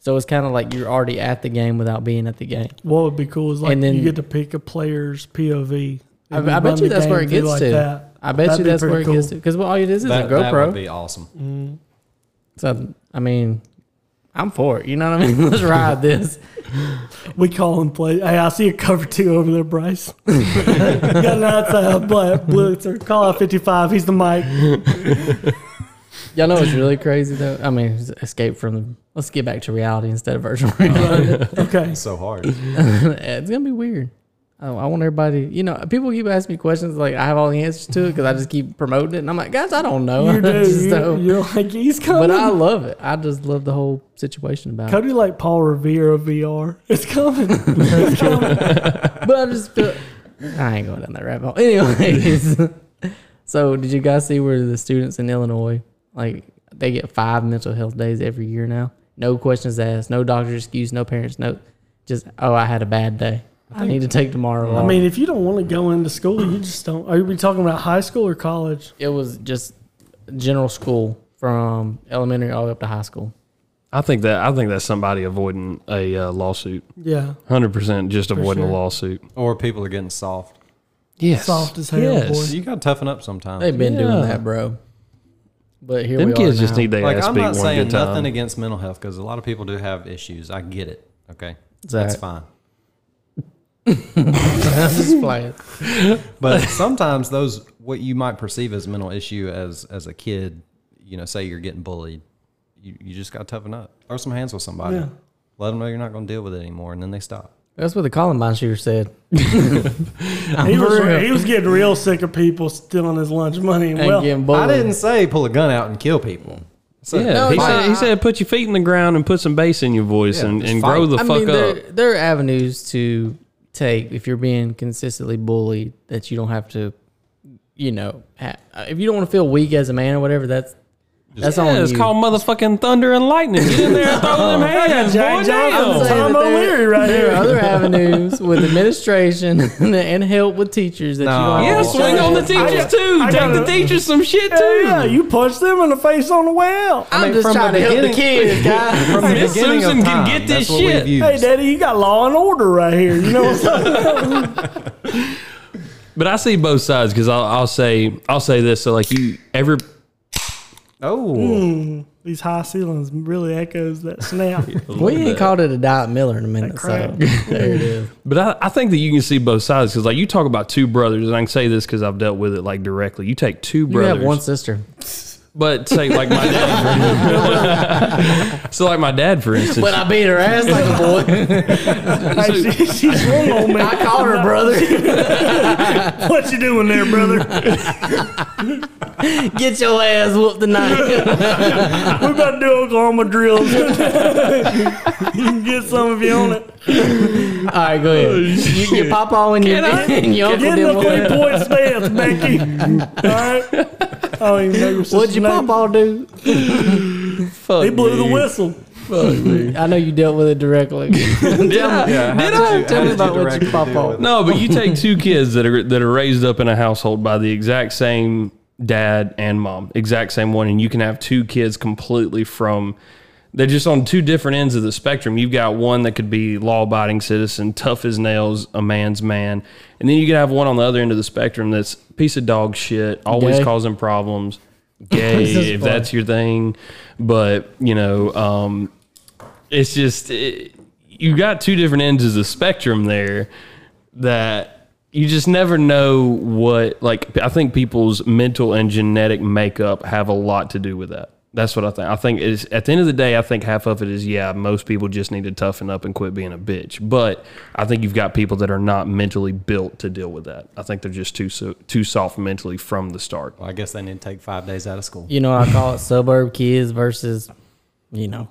Speaker 3: So it's kind of like you're already at the game without being at the game.
Speaker 1: What would be cool is like
Speaker 3: And then-
Speaker 1: you get to pick a player's POV.
Speaker 3: I, I bet you that's where it gets to. I bet
Speaker 1: That'd
Speaker 3: you
Speaker 1: be
Speaker 3: that's
Speaker 1: pretty
Speaker 3: where it gets to because all it is is
Speaker 2: That,
Speaker 3: a
Speaker 2: that
Speaker 3: GoPro.
Speaker 2: would be awesome.
Speaker 3: so I mean, I'm for it. You know what I mean? (laughs) Let's ride this.
Speaker 1: We call him play. Hey, I see a cover two over there, Bryce. (laughs) Got an outside black blitzer. Call out fifty five. He's the mic.
Speaker 3: Y'all know what's really crazy though. I mean, escape from the. Let's get back to reality instead of virtual reality.
Speaker 1: Okay.
Speaker 2: It's so hard.
Speaker 3: it's gonna be weird. I, I want everybody. You know, people keep asking me questions like I have all the answers to it because I just keep promoting it, and I'm like, guys, I don't (laughs) know.
Speaker 1: You
Speaker 3: I just
Speaker 1: do. You,
Speaker 3: don't.
Speaker 1: you're like he's coming.
Speaker 3: but I love it. I just love the whole situation about it.
Speaker 1: Cody like Paul Revere of VR. It's
Speaker 3: (laughs)
Speaker 1: coming. It's coming.
Speaker 3: But I just feel I ain't going down that rabbit hole. Anyways, (laughs) so did you guys see where the students in Illinois like they get five mental health days every year now? No questions asked. No doctor's excuse. No parents. No, just oh, I had a bad day. I, need to take tomorrow.
Speaker 1: I
Speaker 3: off."
Speaker 1: mean, if you don't want to go into school, you just don't. Are we talking about high school or college?
Speaker 3: It was just general school from elementary all the way up to high school.
Speaker 4: I think that I think that's somebody avoiding a uh, lawsuit.
Speaker 1: Yeah.
Speaker 4: 100% just avoiding
Speaker 1: sure.
Speaker 4: a lawsuit.
Speaker 2: Or people are getting soft.
Speaker 4: Yes.
Speaker 1: Soft as hell, boy.
Speaker 2: You gotta toughen up sometimes.
Speaker 3: They've been doing
Speaker 4: Yeah.
Speaker 3: that, bro. But here
Speaker 4: Them
Speaker 3: we
Speaker 4: kids
Speaker 3: are
Speaker 4: just
Speaker 3: now.
Speaker 4: need their
Speaker 2: like
Speaker 4: ass
Speaker 2: I'm
Speaker 4: beat
Speaker 2: not
Speaker 4: one
Speaker 2: saying
Speaker 4: good
Speaker 2: nothing
Speaker 4: time.
Speaker 2: against mental health because a lot of people do have issues. I get it. Okay,
Speaker 3: Zach.
Speaker 2: that's fine.
Speaker 3: (laughs) I'm just playing.
Speaker 2: But sometimes those what you might perceive as mental issue as as a kid, you know, say you're getting bullied, you, you just got to toughen up. Throw some hands with somebody.
Speaker 1: Yeah.
Speaker 2: Let them know you're not going to deal with it anymore, and then they stop.
Speaker 3: That's what the Columbine shooter said.
Speaker 1: He
Speaker 3: I'm for real.
Speaker 1: was, he was getting real sick of people stealing his lunch money.
Speaker 3: And
Speaker 1: Well,
Speaker 3: getting
Speaker 2: I
Speaker 3: bullied.
Speaker 2: didn't say pull a gun out and kill people. So
Speaker 4: Yeah,
Speaker 3: No,
Speaker 4: he,
Speaker 3: it's
Speaker 4: said,
Speaker 3: not.
Speaker 4: he said put your feet in the ground and put some bass in your voice
Speaker 2: Yeah,
Speaker 4: and,
Speaker 2: just
Speaker 4: and grow
Speaker 2: fight.
Speaker 4: the
Speaker 3: I
Speaker 4: fuck
Speaker 3: mean,
Speaker 4: up.
Speaker 3: there, there are avenues to take if you're being consistently bullied that you don't have to, you know, ha- uh, if you don't want to feel weak as a man or whatever, that's that's on
Speaker 4: Yeah, it's
Speaker 3: you.
Speaker 4: called motherfucking thunder and lightning. Get in there and throw them hands, boy.
Speaker 1: Jack Johnson,
Speaker 4: damn.
Speaker 3: saying
Speaker 1: Tom
Speaker 3: that there-
Speaker 1: O'Leary right
Speaker 3: there are
Speaker 1: here.
Speaker 3: other
Speaker 4: (laughs)
Speaker 3: avenues with administration (laughs) and help with teachers that
Speaker 2: No.
Speaker 3: you don't.
Speaker 4: Yeah,
Speaker 3: have to
Speaker 4: swing on the
Speaker 3: charge.
Speaker 1: Oh, I
Speaker 4: teachers
Speaker 1: got-
Speaker 4: too.
Speaker 1: I
Speaker 4: Take
Speaker 1: got
Speaker 4: the
Speaker 1: a-
Speaker 4: teachers some shit too.
Speaker 1: Yeah, you punch them in the face on the way out.
Speaker 3: I'm
Speaker 2: mean,
Speaker 3: just
Speaker 2: from
Speaker 3: trying
Speaker 2: the
Speaker 3: to help the
Speaker 2: beginning-
Speaker 3: (laughs) kids, guys.
Speaker 2: From the
Speaker 4: Miss
Speaker 2: beginning
Speaker 4: Susan
Speaker 2: of
Speaker 4: can
Speaker 2: time,
Speaker 4: get this
Speaker 2: that's what we've
Speaker 4: shit.
Speaker 2: used.
Speaker 1: Hey, Daddy, you got law and order right here. You know what I'm saying?
Speaker 4: But I see both sides because I'll, I'll say I'll say this. So like you every
Speaker 2: Oh,
Speaker 1: These high ceilings really echoes that snap.
Speaker 3: We ain't called it a Diet Miller in a minute, so
Speaker 1: crap. (laughs)
Speaker 3: there it is.
Speaker 4: But I, I think that you can see both sides because, like, you talk about two brothers, and I can say this because I've dealt with it like directly. You take two
Speaker 3: You
Speaker 4: brothers,
Speaker 3: have one sister.
Speaker 4: but say like my dad. (laughs) for- so like my dad, for instance.
Speaker 3: But I beat her ass like a boy.
Speaker 1: Like, she, she swung on me.
Speaker 3: (laughs) I called her brother.
Speaker 1: (laughs)
Speaker 3: (laughs)
Speaker 1: What you doing there, brother?
Speaker 3: Get your ass whooped tonight.
Speaker 1: We're about to do Oklahoma drills. (laughs) you can get some if you own it.
Speaker 3: All right, go ahead.
Speaker 2: Oh,
Speaker 3: You, your papa and your, (laughs)
Speaker 4: Can I?
Speaker 3: and your uncle
Speaker 1: Get in
Speaker 3: did
Speaker 1: the three
Speaker 3: what?
Speaker 1: point stance, Becky. All right. I don't even know your sister's
Speaker 3: What'd your
Speaker 1: name.
Speaker 3: papa do?
Speaker 4: Fuck,
Speaker 1: He blew the
Speaker 4: dude.
Speaker 1: whistle.
Speaker 3: I know you dealt with it directly.
Speaker 4: Did I?
Speaker 2: Yeah, how
Speaker 4: Did
Speaker 2: did
Speaker 4: I?
Speaker 2: you- how
Speaker 3: Tell me
Speaker 2: did
Speaker 3: about what
Speaker 2: directly
Speaker 3: you pop
Speaker 2: deal
Speaker 3: off.
Speaker 2: with it?
Speaker 4: No, but you take two kids that are that are raised up in a household by the exact same dad and mom, exact same one, and you can have two kids completely from they're just on two different ends of the spectrum. You've got one that could be law abiding citizen, tough as nails, a man's man, and then you can have one on the other end of the spectrum that's piece of dog shit, always
Speaker 3: Gay.
Speaker 4: causing problems, gay if
Speaker 3: funny.
Speaker 4: that's your thing, but you know. Um, it's just it, you got two different ends of the spectrum there that you just never know what like i think people's mental and genetic makeup have a lot to do with that that's what i think i think is at the end of the day i think half of it is yeah most people just need to toughen up and quit being a bitch but i think you've got people that are not mentally built to deal with that i think they're just too so, too soft mentally from the start
Speaker 2: Well, I guess they need to take five days out of school.
Speaker 3: You know, I call it suburb kids versus, you know,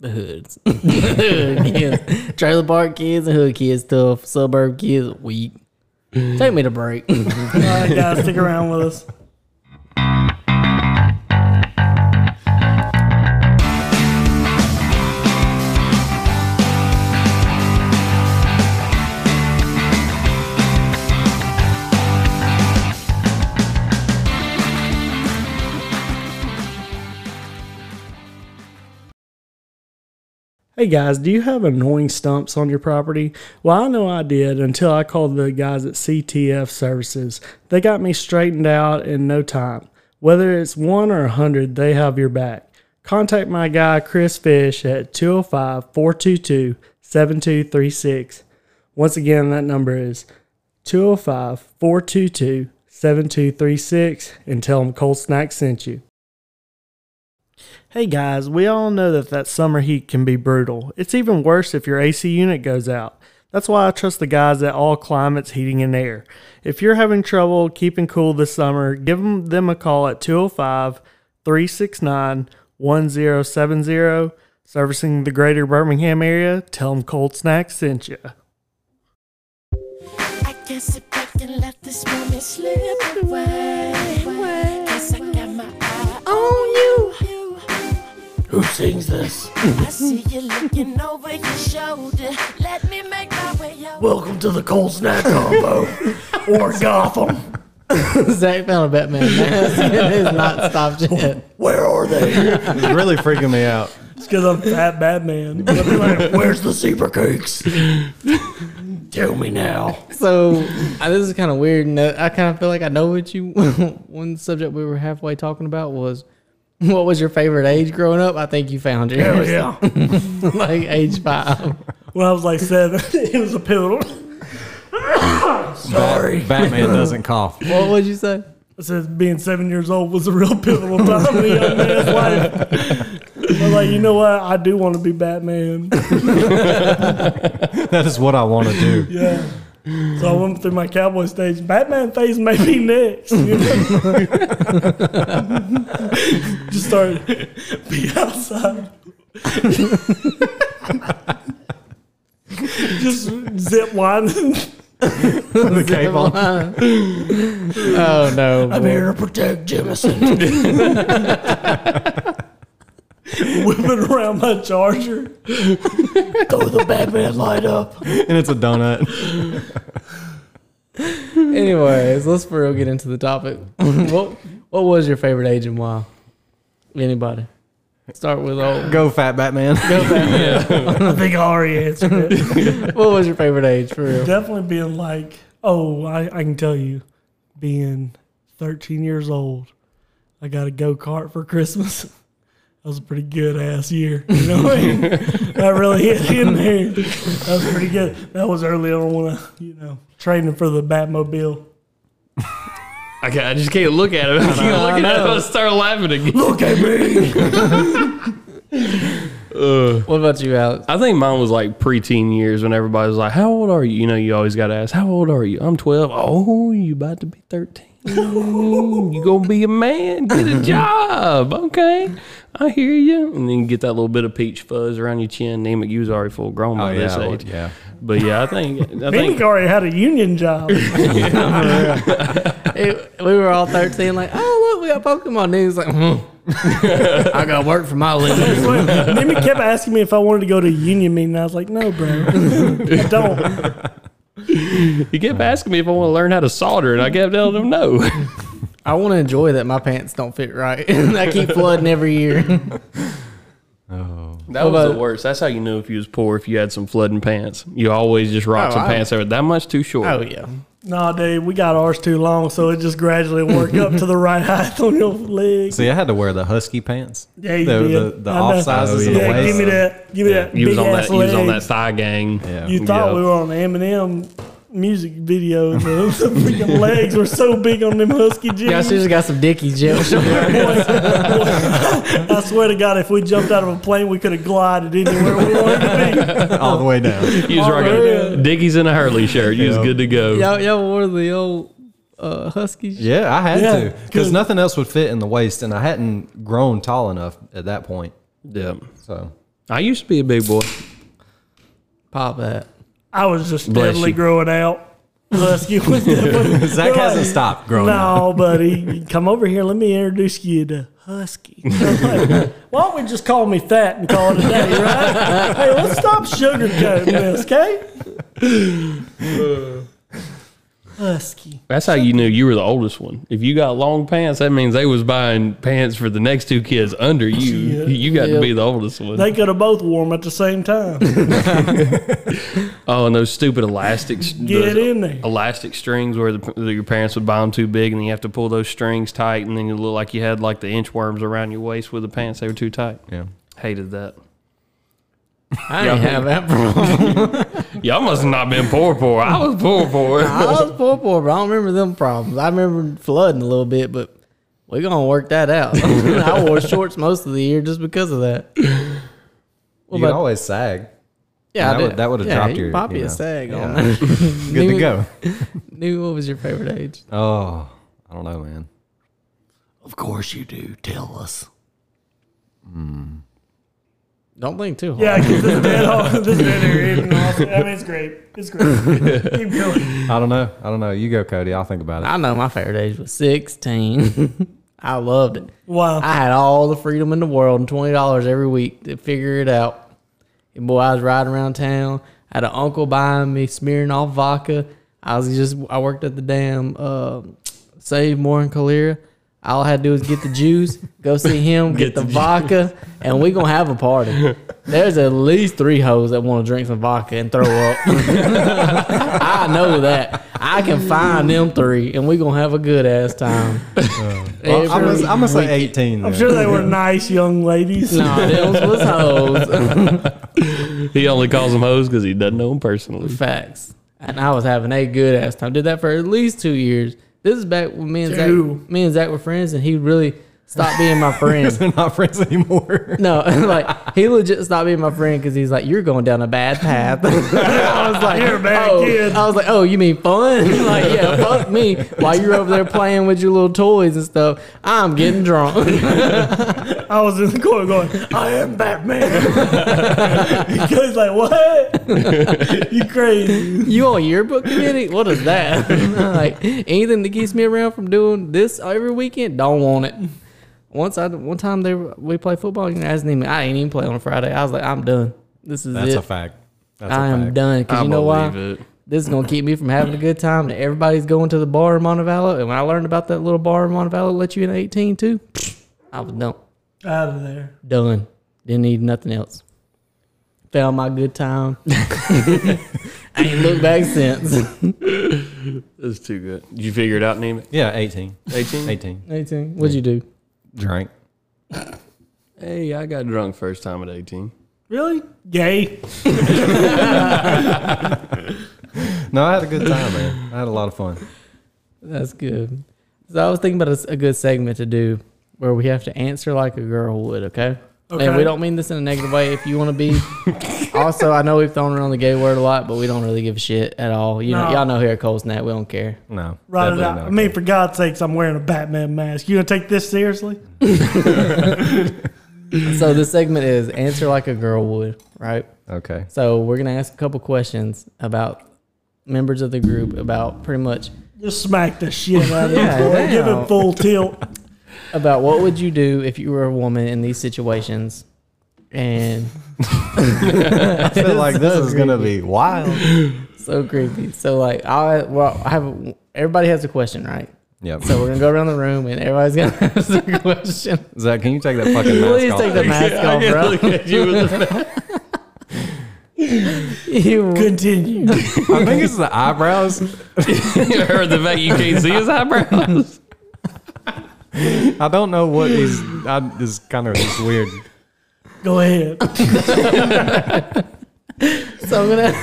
Speaker 3: the hoods. (laughs) The hood kids. Trailer park kids and hood kids tough. Suburb kids weak. Take me to break. (laughs)
Speaker 1: All right, guys, stick around with us. Hey guys, do you have annoying stumps on your property? Well, I know I did until I called the guys at CTF Services. They got me straightened out in no time. Whether it's one or a hundred, they have your back. Contact my guy Chris Fish at 205 422 7236. Once again, that number is 205 422 7236 and tell them Cold Snack sent you. Hey guys, we all know that that summer heat can be brutal. It's even worse if your AC unit goes out. That's why I trust the guys at All Climates Heating and Air. If you're having trouble keeping cool this summer, give 'em- them a call at 205 369 1070. Servicing the greater Birmingham area, tell them Cold Snack sent you.
Speaker 5: I can't sit back and let this moment slip away. Cause I got my eye on you. Who sings this? I see you looking over your shoulder. Let me make my way over.
Speaker 1: Welcome to the Cold Snack Combo or Gotham.
Speaker 3: Zach found a Batman mask. (laughs) it is not stopped yet.
Speaker 6: Where are they?
Speaker 2: It's really freaking me out.
Speaker 1: It's because I'm Fat Batman.
Speaker 6: Where's the zebra cakes? Tell me now.
Speaker 3: So I, this is kind of weird. And I kind of feel like I know what you. (laughs) one subject we were halfway talking about was what was your favorite age growing up? I think you found it.
Speaker 6: Hell yeah.
Speaker 3: (laughs) like age five.
Speaker 1: (laughs) When I was like seven, it was a pivotal.
Speaker 6: Sorry.
Speaker 2: Batman doesn't cough.
Speaker 3: What would you say?
Speaker 1: I said being seven years old was a real pivotal time in a young man's life. I was like, you know what? I do want to be Batman.
Speaker 2: That is what I want to do.
Speaker 1: Yeah. So I went through my cowboy stage. Batman phase may be next. you know? (laughs) Just start be outside. (laughs) Just zip lining.
Speaker 2: the cape
Speaker 3: (laughs)
Speaker 2: on.
Speaker 3: Oh no!
Speaker 6: I'm here to protect Jemison.
Speaker 1: (laughs) whipping around my charger.
Speaker 6: Throw the Batman light up.
Speaker 2: And it's a donut.
Speaker 3: Anyways, let's for real get into the topic. (laughs) what What was your favorite age and why? Anybody? Start
Speaker 2: (laughs)
Speaker 3: with old.
Speaker 2: Go, fat Batman.
Speaker 1: I think I already answered it.
Speaker 3: What was your favorite age for real?
Speaker 1: Definitely being like, oh, I, I can tell you, being 13 years old, I got a go kart for Christmas. (laughs) That was a pretty good ass year. You know what I
Speaker 4: (laughs)
Speaker 1: mean? That really hit in there. That was pretty good. That was early on when I, you know, training for the Batmobile.
Speaker 4: I, can't, I just can't look at it. (laughs) I can't look at it. I start laughing again.
Speaker 6: Look at me.
Speaker 3: What about you, Alex?
Speaker 4: I think mine was like preteen years when everybody was like, "How old are you?" You know, you always got to ask, "How old are you?" I'm 12. Oh, you about to be 13. Ooh, you gonna be a man? Get
Speaker 3: (laughs)
Speaker 4: a job, okay? I hear you. And then you get that little bit of peach fuzz around your chin. Name it. You was already full grown
Speaker 3: Oh,
Speaker 4: by this age.
Speaker 2: yeah.
Speaker 4: But yeah,
Speaker 3: (laughs)
Speaker 4: I think I
Speaker 1: Mimic
Speaker 4: think
Speaker 1: already had a union
Speaker 4: (laughs)
Speaker 1: job.
Speaker 3: It- we were all thirteen, like, oh look, we got Pokemon news. Like, hmm. I got work
Speaker 2: (laughs)
Speaker 3: for my living.
Speaker 1: Mimi kept asking me if I wanted to go to a union meeting. I was like, no, bro. I
Speaker 4: (laughs)
Speaker 1: don't.
Speaker 4: you kept asking me if I want to learn how to solder, and I kept telling them
Speaker 3: (laughs)
Speaker 4: no.
Speaker 3: I want to enjoy that my pants don't fit right. (laughs) I
Speaker 2: (laughs)
Speaker 3: keep flooding every year.
Speaker 2: Oh.
Speaker 4: That
Speaker 3: What
Speaker 4: was
Speaker 3: about-
Speaker 4: the worst. That's how you knew if you was poor if you had some flooding pants. You always just rocked
Speaker 3: Oh,
Speaker 4: some
Speaker 3: I-
Speaker 4: pants that were that much too short.
Speaker 3: (laughs) Oh yeah.
Speaker 1: Nah, dude, we got ours too long, so it just gradually worked up to the right height on your legs.
Speaker 2: See, I had to wear the husky pants.
Speaker 1: yeah, you
Speaker 2: the,
Speaker 1: did.
Speaker 2: The, the
Speaker 1: I know.
Speaker 2: off sizes
Speaker 1: yeah,
Speaker 2: and the waist.
Speaker 1: give me that. Give me that.
Speaker 4: You
Speaker 1: big
Speaker 4: was on
Speaker 1: ass
Speaker 4: that. You was on that
Speaker 1: legs.
Speaker 4: thigh gang.
Speaker 2: Yeah.
Speaker 1: You thought
Speaker 4: Yeah.
Speaker 1: we were on an Eminem music video. The, (laughs) the freaking legs were so big on them husky jeans.
Speaker 3: Y'all should have got some
Speaker 2: (laughs)
Speaker 3: Dickies gel.
Speaker 1: I swear to God, if we jumped out of a plane, we could have glided anywhere we wanted
Speaker 4: (laughs)
Speaker 1: to
Speaker 2: (laughs) all the way down.
Speaker 4: You was rocking
Speaker 1: yeah.
Speaker 4: Dickies and a Hurley shirt. You was
Speaker 2: Yeah.
Speaker 4: good to go.
Speaker 3: y'all, y'all wore the old uh, Huskies.
Speaker 2: Yeah, I had
Speaker 1: Yeah,
Speaker 2: to because
Speaker 1: good.
Speaker 2: nothing else would fit in the waist, and I hadn't grown tall enough at that point.
Speaker 4: Yeah.
Speaker 2: So
Speaker 4: I used to be a big boy.
Speaker 3: Pop that.
Speaker 1: be. I was just
Speaker 4: Bless
Speaker 1: steadily
Speaker 4: you.
Speaker 1: growing out. Husky was definitely.
Speaker 2: Zach
Speaker 1: They're
Speaker 2: hasn't
Speaker 1: like,
Speaker 2: stopped growing up.
Speaker 1: No, buddy, come over here. Let me introduce you to Husky. (laughs) I'm like, Why don't we just call me fat and call it a day, right? hey, let's stop sugarcoating this, okay? Husky.
Speaker 4: That's how you knew you were the oldest one. If you got long pants, that means they was buying pants for the next two kids under you.
Speaker 1: Yeah.
Speaker 4: You got
Speaker 3: Yeah.
Speaker 4: to be the oldest one.
Speaker 1: They could have both wore 'em at the same time.
Speaker 4: oh, and those stupid elastics.
Speaker 1: Get in there.
Speaker 4: elastic strings where the, the, your parents would buy them too big and then you have to pull those strings tight and then you look like you had like the inchworms around your waist with the pants they were too tight
Speaker 2: yeah,
Speaker 4: hated that
Speaker 3: I didn't have that problem.
Speaker 4: y'all must have not been poor poor i was poor
Speaker 3: I
Speaker 4: poor
Speaker 3: was poor, poor, but I don't remember them problems. I remember flooding a little bit, but we're gonna work that out. (laughs) I wore shorts most of the year just because of that.
Speaker 2: you could
Speaker 3: about-
Speaker 2: always sag.
Speaker 3: Yeah,
Speaker 2: That
Speaker 3: I did.
Speaker 2: would- that would've
Speaker 3: yeah,
Speaker 2: dropped
Speaker 3: you
Speaker 2: your-
Speaker 3: Pop
Speaker 2: you
Speaker 3: you a
Speaker 2: know.
Speaker 3: sag
Speaker 2: (laughs)
Speaker 3: on (laughs)
Speaker 2: Yeah.
Speaker 3: that.
Speaker 2: Good to go.
Speaker 3: Knew what was your favorite age?
Speaker 2: Oh, I don't know, man.
Speaker 6: Of course you do. Tell us.
Speaker 3: Hmm. Don't think too hard.
Speaker 1: Yeah, because this dead hole, (laughs) this dead area. you know, I mean, it's great. It's great. Keep going.
Speaker 2: I don't know. I don't know. You go, Cody. I'll think about it.
Speaker 3: I know my favorite age was sixteen. (laughs) I loved it.
Speaker 1: Wow.
Speaker 3: I had all the freedom in the world and twenty dollars every week to figure it out. And boy, I was riding around town. I had an uncle buying me smearing off vodka. I was just I worked at the damn uh, Save More in Calera. All I had to do was get the juice, go (laughs) see him, get, the, vodka, and we gonna have a party. There's at least three hoes that want to drink some vodka and throw (laughs) up. I know that. I can find them three, and we gonna have a good ass time.
Speaker 2: Well, I'm,
Speaker 3: Every-
Speaker 2: gonna, I'm gonna say 18.
Speaker 1: I'm
Speaker 2: then. (laughs)
Speaker 1: sure they were nice young ladies. (laughs)
Speaker 3: Nah, them was hoes.
Speaker 4: he only calls them hoes because he doesn't know them personally
Speaker 3: Facts. and I was having a good ass time. Did that for at least two years. This is back when me and
Speaker 1: Two.
Speaker 3: Zach, me and Zach were friends, and he really stopped being my
Speaker 1: (laughs)
Speaker 3: friend.
Speaker 2: They're not friends anymore.
Speaker 3: No, (laughs) like he legit stopped being my friend because he's like, "You're going down a bad path." I was
Speaker 1: (laughs)
Speaker 3: like,
Speaker 1: You're a bad
Speaker 3: oh.
Speaker 1: kid.
Speaker 3: I was like, "Oh, you mean fun? (laughs) like, yeah, fuck me. While you're over there playing with your little toys and stuff, I'm getting drunk." (laughs)
Speaker 1: I was in the corner going, I am Batman. (laughs) Because like, what? (laughs) you crazy.
Speaker 3: you on yearbook committee? What is that? (laughs) like anything that keeps me around from doing this every weekend? Don't want it. Once I one time they were- we play football, you know, I didn't even I didn't even play on a Friday. I was like, I'm done. This is
Speaker 2: That's
Speaker 3: it.
Speaker 2: a fact. That's
Speaker 3: I
Speaker 2: a
Speaker 3: am
Speaker 2: fact.
Speaker 3: done because
Speaker 4: I
Speaker 3: you know why?
Speaker 4: believe it.
Speaker 3: This is gonna keep me from having a good time. And everybody's going to the bar in Montevallo. And when I learned about that little bar in Montevallo, let you in at 18 too. I was done.
Speaker 1: Out of there.
Speaker 3: Done. Didn't need nothing else. Found my good time. (laughs) I ain't looked back since.
Speaker 4: It's too good. Did you figure it
Speaker 2: (laughs)
Speaker 4: out, name it?
Speaker 2: Yeah, 18.
Speaker 4: 18?
Speaker 2: 18.
Speaker 3: 18. What'd you do?
Speaker 2: Drank.
Speaker 4: Hey, I got drunk first time at 18.
Speaker 1: Really? Gay.
Speaker 2: No, I had a good time, man. I had a lot of fun.
Speaker 3: That's good. So I was thinking about a s- a, good segment to do where we have to answer like a girl would, okay? And
Speaker 1: Okay.
Speaker 3: we don't mean this in a negative way. If you want to (laughs) be, also I know we've thrown around the gay word a lot, but we don't really give a shit at all. You know,
Speaker 1: No.
Speaker 3: y'all know here at Cold Snap, we don't care.
Speaker 2: No.
Speaker 1: Right it
Speaker 2: definitely
Speaker 1: out.
Speaker 2: not.
Speaker 1: I mean, for God's sakes, I'm wearing a Batman mask. You gonna take this seriously?
Speaker 3: So this segment is answer like a girl would, right?
Speaker 2: Okay.
Speaker 3: So we're gonna ask a couple questions about members of the group about pretty much
Speaker 1: Just smack the shit out of
Speaker 3: Yeah,
Speaker 1: him. boy. Give
Speaker 3: damn.
Speaker 1: him full tilt.
Speaker 3: about what would you do if you were a woman in these situations, and
Speaker 2: I feel like this is going to be wild.
Speaker 3: so creepy. So like I well I have a- everybody has a question, right?
Speaker 2: Yep.
Speaker 3: So we're gonna go around the room and everybody's gonna (laughs) ask a question.
Speaker 2: Zach, can you take that fucking mask
Speaker 3: Please
Speaker 2: off?
Speaker 3: take the mask off, bro. You,
Speaker 1: Continue.
Speaker 2: I think it's the eyebrows.
Speaker 4: you heard the fact you can't see his eyebrows.
Speaker 2: I don't know what is. I, is kind of it's weird.
Speaker 1: Go ahead.
Speaker 3: so I'm gonna.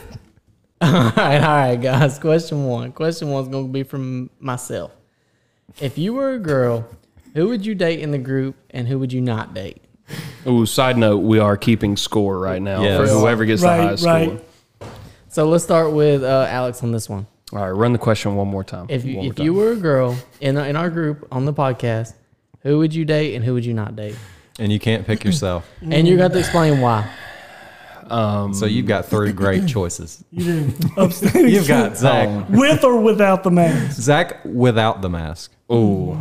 Speaker 3: (laughs) all right, all right, guys. Question one. Question one's gonna be from myself. If you were a girl, who would you date in the group, and who would you not date?
Speaker 4: (laughs) Ooh, side note, we are keeping score right now
Speaker 2: Yes.
Speaker 4: for whoever gets the
Speaker 1: Right,
Speaker 4: highest
Speaker 1: right.
Speaker 4: score.
Speaker 3: So let's start with uh, Alex on this one.
Speaker 4: All right, run the question one more time.
Speaker 3: If you,
Speaker 4: One more
Speaker 3: if you
Speaker 4: time.
Speaker 3: were a girl in our, in our group on the podcast, who would you date and who would you not date?
Speaker 2: And you can't pick yourself.
Speaker 4: Mm.
Speaker 3: And you got to explain why.
Speaker 2: So you've got three great choices.
Speaker 1: You do. Upstairs.
Speaker 2: You've
Speaker 1: (laughs)
Speaker 2: got Zach.
Speaker 1: With or without the mask.
Speaker 2: Zach without the mask.
Speaker 4: Ooh,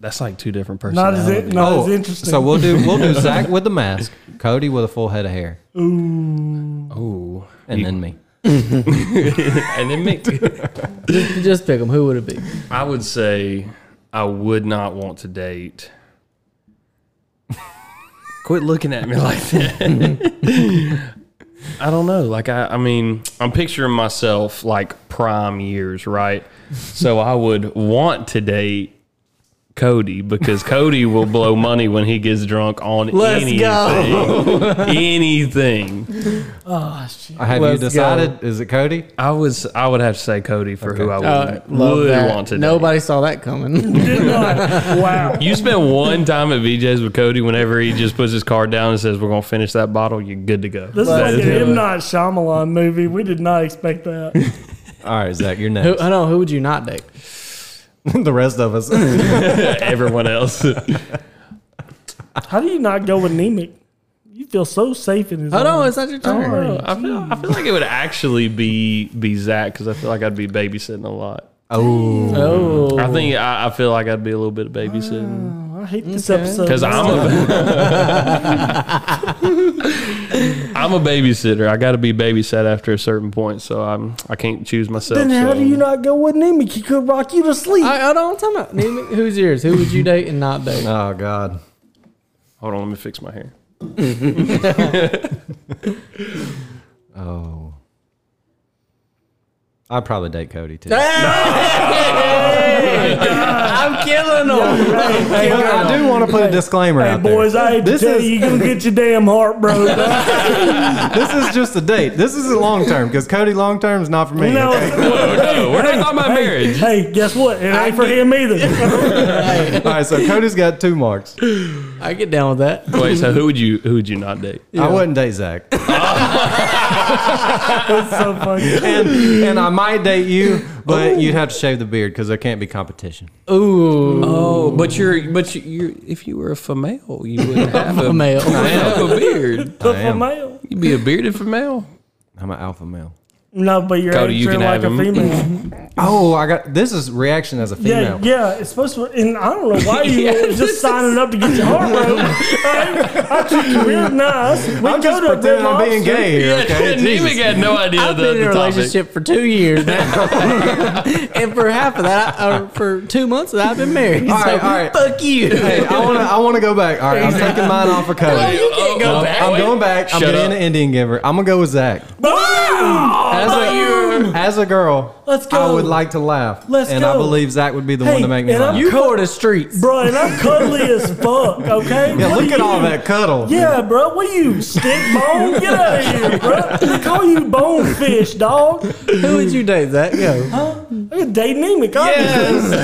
Speaker 4: that's like two different
Speaker 1: Not as,
Speaker 4: personalities.
Speaker 1: it, not as interesting.
Speaker 2: Oh, so we'll do we'll do Zach with the mask, Cody with a full head of hair,
Speaker 4: Ooh,
Speaker 2: and then me.
Speaker 4: and then me. (laughs)
Speaker 3: Just pick them. Who would it be?
Speaker 4: I would say I would not want to date. Quit looking at me like that. (laughs) I don't know. Like I, I mean, I'm picturing myself like prime years, right? So I would want to date Cody because Cody will blow money when he gets drunk on
Speaker 3: Let's
Speaker 4: anything. anything.
Speaker 2: Have
Speaker 3: Let's
Speaker 2: you decided? Is it Cody?
Speaker 4: I was I would have to say Cody for who I would,
Speaker 3: Uh, love
Speaker 4: would
Speaker 3: that.
Speaker 4: want to date.
Speaker 3: Nobody saw that
Speaker 1: (laughs)
Speaker 3: coming.
Speaker 1: Did not. Wow.
Speaker 4: You spend one time at VJ's with Cody whenever he just puts his card down and says, We're going to finish that bottle, you're good to go.
Speaker 1: This is
Speaker 3: Let's
Speaker 1: like
Speaker 3: do
Speaker 1: an M.
Speaker 3: it.
Speaker 1: Night Shyamalan movie. We did not expect that.
Speaker 2: All right, Zach, you're
Speaker 3: who, (laughs)
Speaker 2: next.
Speaker 3: I know. Who would you not date?
Speaker 2: the rest of us.
Speaker 4: (laughs) Everyone else. (laughs)
Speaker 1: How do you not go with Nemec? You feel so safe in Oh, his
Speaker 3: Hold on,
Speaker 1: arms.
Speaker 3: it's not your
Speaker 1: Don't
Speaker 3: turn.
Speaker 1: worry.
Speaker 4: I, feel, I feel like it would actually be be Zach because I feel like I'd be babysitting a lot.
Speaker 2: (laughs) oh,
Speaker 3: Oh,
Speaker 4: I think I, I feel like I'd be a little bit of babysitting
Speaker 1: oh, I hate this
Speaker 3: Okay.
Speaker 1: episode.
Speaker 4: because I'm
Speaker 1: (laughs)
Speaker 4: a (laughs) I'm a babysitter. I got to be babysat after a certain point, so I'm I can't choose myself.
Speaker 1: Then how
Speaker 4: so-
Speaker 1: do you not go with Nemec? He could rock you to sleep.
Speaker 3: I, hold on. I'm talking about name it. who's yours. Who would you date and not date?
Speaker 2: oh God.
Speaker 4: Hold on, let me fix
Speaker 1: (laughs)
Speaker 4: my hair.
Speaker 2: Oh. I'd probably date Cody too.
Speaker 3: Hey! (laughs) I'm killing them.
Speaker 2: Hey, but I do want to put a disclaimer
Speaker 1: Hey,
Speaker 2: out there.
Speaker 1: boys, I hate to
Speaker 2: This
Speaker 1: tell
Speaker 2: is-
Speaker 1: you, you're going to get your damn heart broke.
Speaker 4: (laughs)
Speaker 1: no,
Speaker 2: this is just a date. This is a long term because Cody long term is not for me. okay?
Speaker 4: no, we're not talking about marriage.
Speaker 1: Hey, guess what? It ain't for him
Speaker 3: (laughs)
Speaker 1: either. (laughs)
Speaker 2: All right, so Cody's got two marks.
Speaker 3: I get down with that.
Speaker 4: Wait, so who would you who would you not date?
Speaker 2: I wouldn't date Zach,
Speaker 1: That's so funny.
Speaker 2: and, and I might date you, but you'd have to shave the beard because there can't be competition.
Speaker 3: Ooh,
Speaker 4: Oh, but you're but you you're, if you were a female, you
Speaker 3: (laughs)
Speaker 4: would have a,
Speaker 3: Female.
Speaker 4: you
Speaker 3: (laughs)
Speaker 4: would have a beard.
Speaker 1: But
Speaker 2: I
Speaker 1: for
Speaker 2: am.
Speaker 1: male.
Speaker 4: You'd be a bearded (laughs) female.
Speaker 2: I'm an
Speaker 1: (sighs)
Speaker 2: alpha male.
Speaker 1: No, but you're
Speaker 4: Cody, you
Speaker 1: acting
Speaker 4: can
Speaker 1: like
Speaker 4: have
Speaker 1: a
Speaker 4: him.
Speaker 1: female.
Speaker 2: Oh, I got this is reaction as a
Speaker 1: yeah,
Speaker 2: female.
Speaker 1: yeah. It's supposed to, and I don't know why you were just signing up to get your heart broke. I, I treat you real nice. We
Speaker 2: I'm
Speaker 1: go
Speaker 2: just
Speaker 1: to a Red
Speaker 2: pretending I'm being
Speaker 1: Lobster.
Speaker 2: gay here. Okay, Jesus.
Speaker 4: had (laughs) no idea
Speaker 3: I've been in a relationship for two years now, (laughs) and for half of that, or for two months that I've been married.
Speaker 2: All
Speaker 3: so
Speaker 2: right, all right.
Speaker 3: fuck you.
Speaker 2: Hey, I want to. I want to go back. All right,
Speaker 1: (laughs)
Speaker 2: I'm taking mine off of Cody.
Speaker 3: Oh, you can't
Speaker 4: Oh,
Speaker 3: go back.
Speaker 2: I'm going back. I'm
Speaker 4: Shut
Speaker 2: being an
Speaker 4: up.
Speaker 2: Indian giver. I'm gonna go with Zach.
Speaker 1: Boom!
Speaker 2: As a, as a girl,
Speaker 1: Let's
Speaker 2: I
Speaker 1: go.
Speaker 2: would like to laugh.
Speaker 1: Let's
Speaker 2: and I
Speaker 1: go.
Speaker 2: believe Zach would be the
Speaker 1: Hey,
Speaker 2: one to make me
Speaker 1: and I'm-
Speaker 2: laugh.
Speaker 3: You go to the streets.
Speaker 1: Bro, and I'm cuddly as fuck, okay?
Speaker 2: yeah,
Speaker 1: What
Speaker 2: look
Speaker 1: do
Speaker 2: at all
Speaker 1: you-
Speaker 2: that cuddle.
Speaker 1: Yeah, bro. What are you, stick bone? Get out of here, bro. They call you bonefish, dog.
Speaker 3: Who would you date, Zach? Go.
Speaker 1: Look at Dave Nemick. obviously.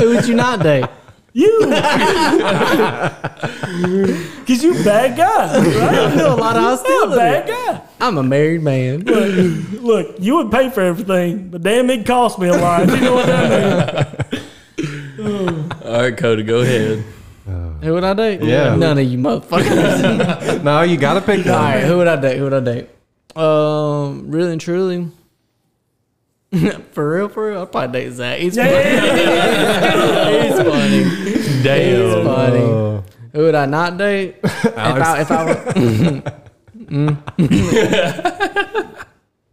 Speaker 3: Who would you not date?
Speaker 1: You. (laughs) Because you bad
Speaker 2: (laughs)
Speaker 1: guy, right?
Speaker 3: I know a lot of
Speaker 1: You a
Speaker 3: hostility.
Speaker 1: bad guy.
Speaker 3: I'm a married man.
Speaker 1: Look, you would pay for everything, but damn, it cost me a lot. You know what I mean?
Speaker 4: All right, Coda, go ahead.
Speaker 3: Who would I date?
Speaker 2: Yeah.
Speaker 3: None of you motherfuckers. (laughs)
Speaker 2: No, you gotta pick
Speaker 3: All
Speaker 2: one.
Speaker 3: right, who would I date? Who would I date? Um, really and truly. (laughs) for real, for real, I'd probably date Zach. He's funny. He's funny. He's
Speaker 4: Damn.
Speaker 3: funny.
Speaker 2: Oh.
Speaker 3: Who would I
Speaker 2: (laughs)
Speaker 3: not date? if I, if I, were- Mm. (laughs)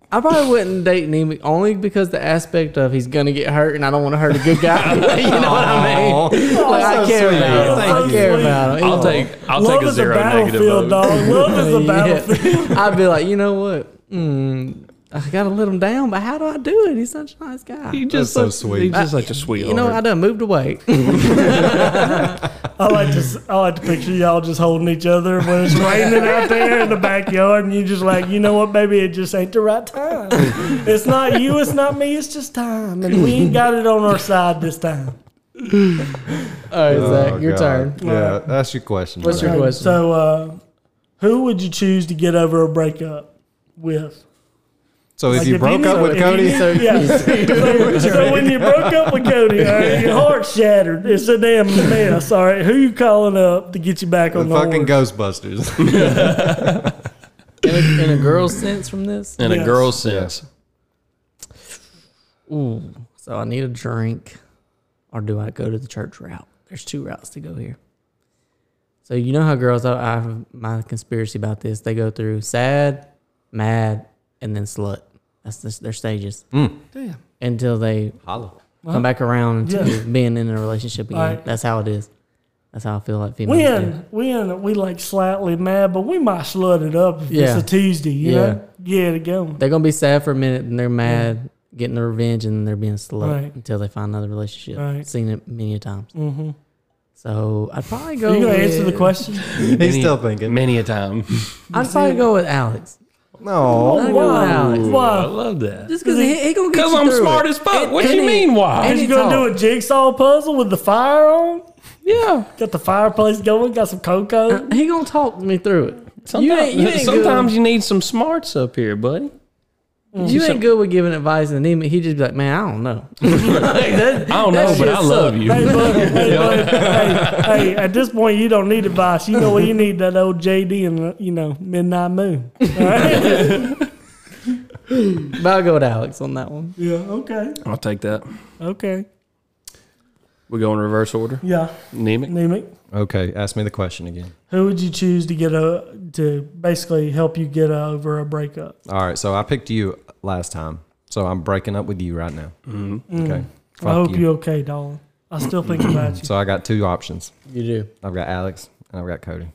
Speaker 3: I probably wouldn't date Nemi only because the aspect of he's gonna get hurt and I don't want to hurt a good guy. (laughs) you know what I mean?
Speaker 2: Aw.
Speaker 3: Like, I
Speaker 2: so
Speaker 3: care
Speaker 2: sweet.
Speaker 3: about him.
Speaker 1: Thank
Speaker 3: I
Speaker 1: you.
Speaker 3: care about him.
Speaker 4: I'll take (laughs) I'll
Speaker 1: Love
Speaker 4: take a
Speaker 1: is
Speaker 4: zero negative
Speaker 1: battlefield,
Speaker 4: vote. (laughs)
Speaker 1: dog. Love is a battlefield.
Speaker 3: Yeah. (laughs) I'd be like, you know what? Mm, I gotta let him down, but how do I do it? He's such a nice guy.
Speaker 2: That's so sweet.
Speaker 4: He's just such a sweetheart.
Speaker 3: You know, I done moved away. (laughs)
Speaker 1: I like to I like to picture y'all just holding each other when it's raining out there in the backyard, and you just like, you know what, baby, it just ain't the right time. It's not you, it's not me, it's just time, and we ain't got it on our side this time.
Speaker 3: All right, Zach,
Speaker 2: Oh,
Speaker 3: your
Speaker 2: God.
Speaker 3: turn.
Speaker 2: Yeah, that's your question.
Speaker 3: What's your
Speaker 2: Zach.
Speaker 3: question?
Speaker 1: So, uh, who would you choose to get over a breakup with?
Speaker 2: so if
Speaker 1: Like,
Speaker 2: you broke
Speaker 1: knew-
Speaker 2: up
Speaker 1: if
Speaker 2: with
Speaker 1: you (laughs)
Speaker 2: Cody,
Speaker 1: knew- yeah. so, so when you broke up with Cody, all right, your heart shattered. It's a damn mess. All right, who you calling up to get you back
Speaker 2: the
Speaker 1: on the
Speaker 2: fucking
Speaker 1: horse?
Speaker 2: Ghostbusters.
Speaker 3: In a, in a girl's sense from this?
Speaker 4: in a
Speaker 1: Yes.
Speaker 4: girl sense.
Speaker 3: Ooh. So I need a drink, or do I go to the church route? There's two routes to go here. So you know how girls, I, I have my conspiracy about this. They go through sad, mad, and then slut. That's the, their stages.
Speaker 1: Damn.
Speaker 3: Until they
Speaker 2: Holla.
Speaker 3: come back around to
Speaker 1: Yeah.
Speaker 3: being in a relationship again.
Speaker 1: Right.
Speaker 3: That's how it is. That's how I feel like females.
Speaker 1: We
Speaker 3: do.
Speaker 1: in, we in, we like slightly mad, but we might slut it up if
Speaker 3: Yeah.
Speaker 1: it's a Tuesday, you
Speaker 3: Yeah.
Speaker 1: know? Get it going.
Speaker 3: They're gonna be sad for a minute, and they're mad, getting their revenge, and they're being slow
Speaker 1: Right.
Speaker 3: until they find another relationship.
Speaker 1: Right.
Speaker 3: Seen it many a times.
Speaker 1: Mm-hmm.
Speaker 3: So I'd probably go.
Speaker 1: Are you going
Speaker 3: with,
Speaker 1: to answer the question?
Speaker 2: He's still thinking.
Speaker 4: Many
Speaker 3: (laughs)
Speaker 4: a time.
Speaker 3: I'd probably go with Alex.
Speaker 2: No.
Speaker 3: I'd go with
Speaker 1: Wow.
Speaker 3: Alex.
Speaker 4: Oh, I
Speaker 1: Why?
Speaker 4: love that.
Speaker 3: Just because he, he gonna get
Speaker 4: Because
Speaker 3: you
Speaker 4: I'm
Speaker 3: through
Speaker 4: smart
Speaker 3: it.
Speaker 4: as fuck.
Speaker 3: And-
Speaker 4: What you
Speaker 3: and
Speaker 4: mean,
Speaker 3: he-
Speaker 4: why?
Speaker 3: and
Speaker 1: you
Speaker 3: he
Speaker 1: going to do
Speaker 3: tall.
Speaker 1: a jigsaw puzzle with the fire on?
Speaker 4: Yeah.
Speaker 1: Got the fireplace going? Got some cocoa?
Speaker 3: (laughs) He gonna talk me through it.
Speaker 4: Sometimes,
Speaker 3: ain't- you ain't
Speaker 4: sometimes you need some smarts up here, buddy.
Speaker 3: You ain't good with giving advice, and then he just be like, "Man, I don't know." (laughs) Like, that-
Speaker 4: I don't
Speaker 3: that
Speaker 4: know, but
Speaker 3: shit
Speaker 4: I love you.
Speaker 1: Hey, bud, (laughs) hey, bud, hey, hey, at this point, you don't need advice. You know what? You need that old JD and, uh, you know, Midnight Moon. All right?
Speaker 3: sucked. But I'll go with Alex on that one.
Speaker 1: (laughs) yeah, okay.
Speaker 4: I'll take that.
Speaker 1: Okay.
Speaker 4: We go in reverse order.
Speaker 1: Yeah.
Speaker 4: Name it.
Speaker 1: Nemec?
Speaker 2: Okay, ask me the question again.
Speaker 1: Who would you choose to get a to basically help you get over a breakup?
Speaker 2: All right, so I picked you last time, so I'm breaking up with you right now. Mm-hmm. Okay. Fuck
Speaker 1: Mm. I hope
Speaker 2: you.
Speaker 1: you. are okay, darling. I still
Speaker 2: (clears throat)
Speaker 1: think about you.
Speaker 2: So I got two options.
Speaker 3: You do.
Speaker 2: I've got Alex and I've got Cody.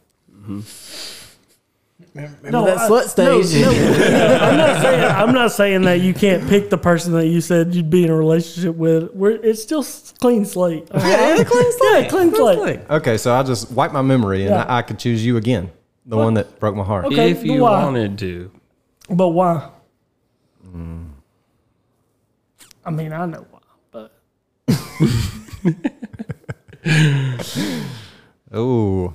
Speaker 1: No,
Speaker 3: that slut stage.
Speaker 1: No, no, no, (laughs) I'm not saying I'm not saying that you can't pick the person that you said you'd be in a relationship with. We're, it's still s- clean slate. Yeah, it's clean slate. Yeah, clean slate.
Speaker 2: Okay, so I just wipe my memory and
Speaker 1: Yeah.
Speaker 2: I, I could choose you again, the one that broke my heart.
Speaker 1: Okay,
Speaker 4: if you
Speaker 1: why?
Speaker 4: wanted to.
Speaker 1: But why? I mean, I know why, but
Speaker 2: Oh,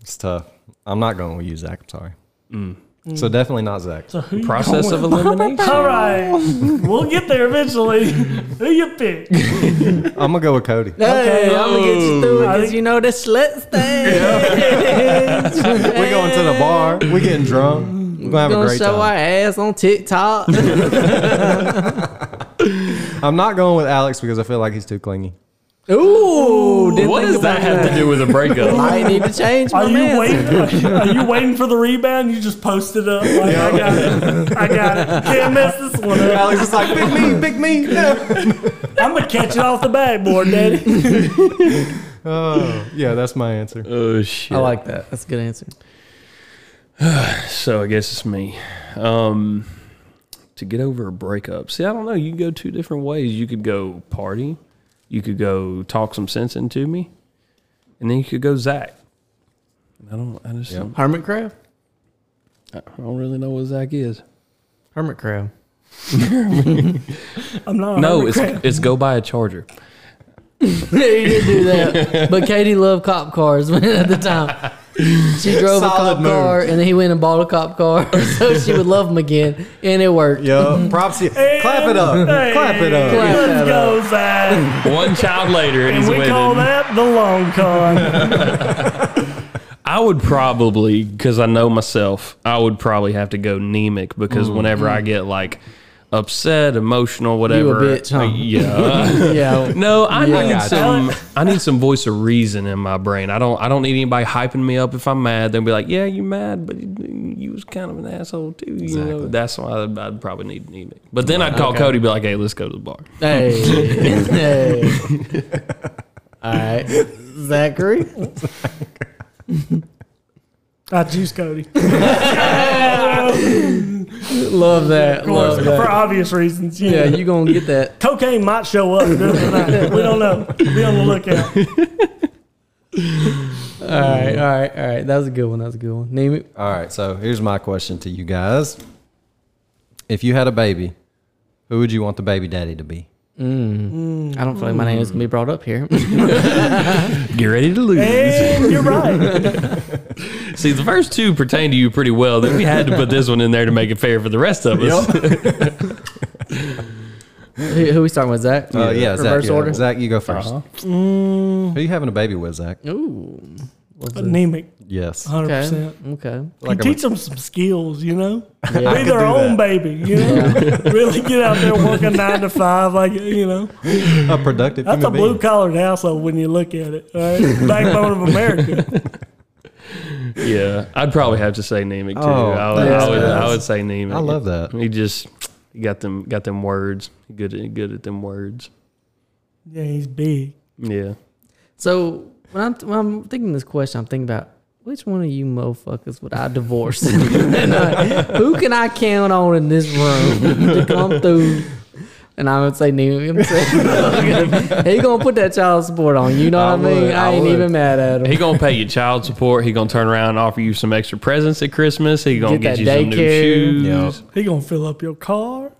Speaker 2: it's tough. I'm not going with you, Zach. I'm sorry.
Speaker 3: Mm.
Speaker 2: So definitely not Zach. (laughs)
Speaker 4: Process
Speaker 3: (laughs)
Speaker 4: of elimination.
Speaker 1: all right, we'll get there eventually.
Speaker 2: (laughs)
Speaker 1: Who you pick?
Speaker 2: I'm gonna go with Cody.
Speaker 3: Hey, I'm gonna get you through it
Speaker 1: I
Speaker 3: because
Speaker 1: think-
Speaker 3: you know the slut stage. (laughs)
Speaker 2: We're going to the bar. We're getting drunk. We're gonna have a
Speaker 3: gonna
Speaker 2: great
Speaker 3: show our
Speaker 2: time.
Speaker 3: ass on TikTok.
Speaker 2: I'm not going with Alex because I feel like he's too clingy.
Speaker 3: Ooh, didn't
Speaker 4: What
Speaker 3: think
Speaker 4: does that
Speaker 3: about
Speaker 4: have to do with
Speaker 3: (laughs)
Speaker 4: a breakup?
Speaker 3: I need to change my
Speaker 1: Are you
Speaker 3: man.
Speaker 1: waiting? Are you waiting for the rebound? You just post it up. Like, I got it. I got it. Can't mess this one up.
Speaker 2: Alex is like, big me, big me. (laughs) No.
Speaker 1: I'm gonna catch it off the backboard, Daddy.
Speaker 2: Oh, yeah, that's my answer.
Speaker 4: oh shit.
Speaker 3: I like that. That's a good answer. (laughs)
Speaker 4: So I guess it's me. Um, to get over a breakup. See, I don't know. You can go two different ways. You could go party. You could go talk some sense into me, and then you could go Zach. I don't. I just don't,
Speaker 3: Hermit crab.
Speaker 4: I don't really know what Zach is.
Speaker 3: Hermit crab.
Speaker 1: I'm
Speaker 3: Oh,
Speaker 1: not.
Speaker 4: No, it's
Speaker 1: Crab.
Speaker 4: it's go buy a charger.
Speaker 3: you did do that, but Katie loved cop cars (laughs) at the time. She drove a
Speaker 2: Solid
Speaker 3: cop
Speaker 2: move.
Speaker 3: car, and then he went and bought a cop car, (laughs) so she would love him again, and it worked.
Speaker 2: Yo, props to you. Clap it up.
Speaker 1: Hey,
Speaker 2: Clap it up.
Speaker 3: Clap
Speaker 1: Let's
Speaker 3: that
Speaker 1: go, Zach.
Speaker 4: One child later, and
Speaker 1: And
Speaker 4: he's
Speaker 1: we
Speaker 4: with
Speaker 1: call
Speaker 4: it.
Speaker 1: that the long con.
Speaker 4: I would probably, because I know myself, I would probably have to go anemic because whenever I get like upset, emotional, whatever,
Speaker 3: bitch, huh?
Speaker 4: uh,
Speaker 3: (laughs)
Speaker 4: yeah.
Speaker 3: Yeah,
Speaker 4: No, I
Speaker 3: Yeah.
Speaker 4: need
Speaker 2: Gotcha.
Speaker 4: some. I need some voice of reason in my brain. I don't. I don't need anybody hyping me up if I'm mad. They'll be like, "Yeah, you mad, but you, you was kind of an asshole too." You know,
Speaker 2: Exactly.
Speaker 4: that's why I'd, I'd probably need anemic. But then I'd call Cody, be like, "Hey, let's go to the bar."
Speaker 3: Hey. hey. All right. Zachary.
Speaker 1: I choose
Speaker 2: (laughs)
Speaker 1: Cody (laughs)
Speaker 3: Love that. Love
Speaker 1: for
Speaker 3: that.
Speaker 1: obvious reasons. You
Speaker 3: (laughs) Yeah,
Speaker 1: know.
Speaker 3: you going to get that.
Speaker 1: cocaine might show up. doesn't it? we don't know. Be on the lookout.
Speaker 3: All right. All right. All right. That was a good one. That was a good one. Name it.
Speaker 2: All right, so here's my question to you guys. If you had a baby, who would you want the baby daddy to be?
Speaker 3: I don't feel like my name is going to be brought up (laughs) here.
Speaker 4: Get ready to lose.
Speaker 1: And you're right.
Speaker 4: See, the first two pertain to you pretty well. Then we had to put this one in there to make it fair for the rest of us.
Speaker 3: who, who we starting with, Zach?
Speaker 2: Uh, yeah, Uh-huh. Zach.
Speaker 3: Reverse
Speaker 2: yeah.
Speaker 3: order.
Speaker 2: Zach, you go 1st Who you having a baby with, Zach?
Speaker 3: Ooh. What's that?
Speaker 1: Anemic,
Speaker 2: Yes.
Speaker 1: 100.
Speaker 3: Okay.
Speaker 1: percent
Speaker 3: Okay.
Speaker 2: Like a-
Speaker 1: teach them some skills, you know. be
Speaker 2: could
Speaker 1: their
Speaker 2: do
Speaker 1: own
Speaker 2: that.
Speaker 1: baby, you know. really get out there working nine to five, like you know.
Speaker 2: a productive
Speaker 1: That's a
Speaker 2: human
Speaker 1: blue
Speaker 2: being.
Speaker 1: collared household when you look at it. All right? Backbone of America.
Speaker 4: (laughs) Yeah, I'd probably have to say Nemec too.
Speaker 2: Oh,
Speaker 4: I, would,
Speaker 2: thanks,
Speaker 4: I, would, I
Speaker 2: guys.
Speaker 4: would say Nemec.
Speaker 2: I love that.
Speaker 4: He just he got them got them words. He Good at- good at them words.
Speaker 1: Yeah, he's big.
Speaker 4: Yeah.
Speaker 3: So when I'm, when I'm thinking this question, I'm thinking about which one of you motherfuckers would I (laughs) divorce? And, uh, who can I count on in this room to come through? And I would say Neil (laughs) himself. (laughs) he gonna put that child support on. You know
Speaker 2: I
Speaker 3: what I mean?
Speaker 2: would,
Speaker 3: I,
Speaker 2: I
Speaker 3: ain't
Speaker 2: would.
Speaker 3: even mad at him.
Speaker 4: He gonna pay you child support. He gonna turn around and offer you some extra presents at Christmas. He gonna
Speaker 3: Get
Speaker 4: get,
Speaker 3: that
Speaker 4: you some new
Speaker 3: daycare.
Speaker 2: Yep.
Speaker 4: shoes.
Speaker 1: He gonna fill up your car.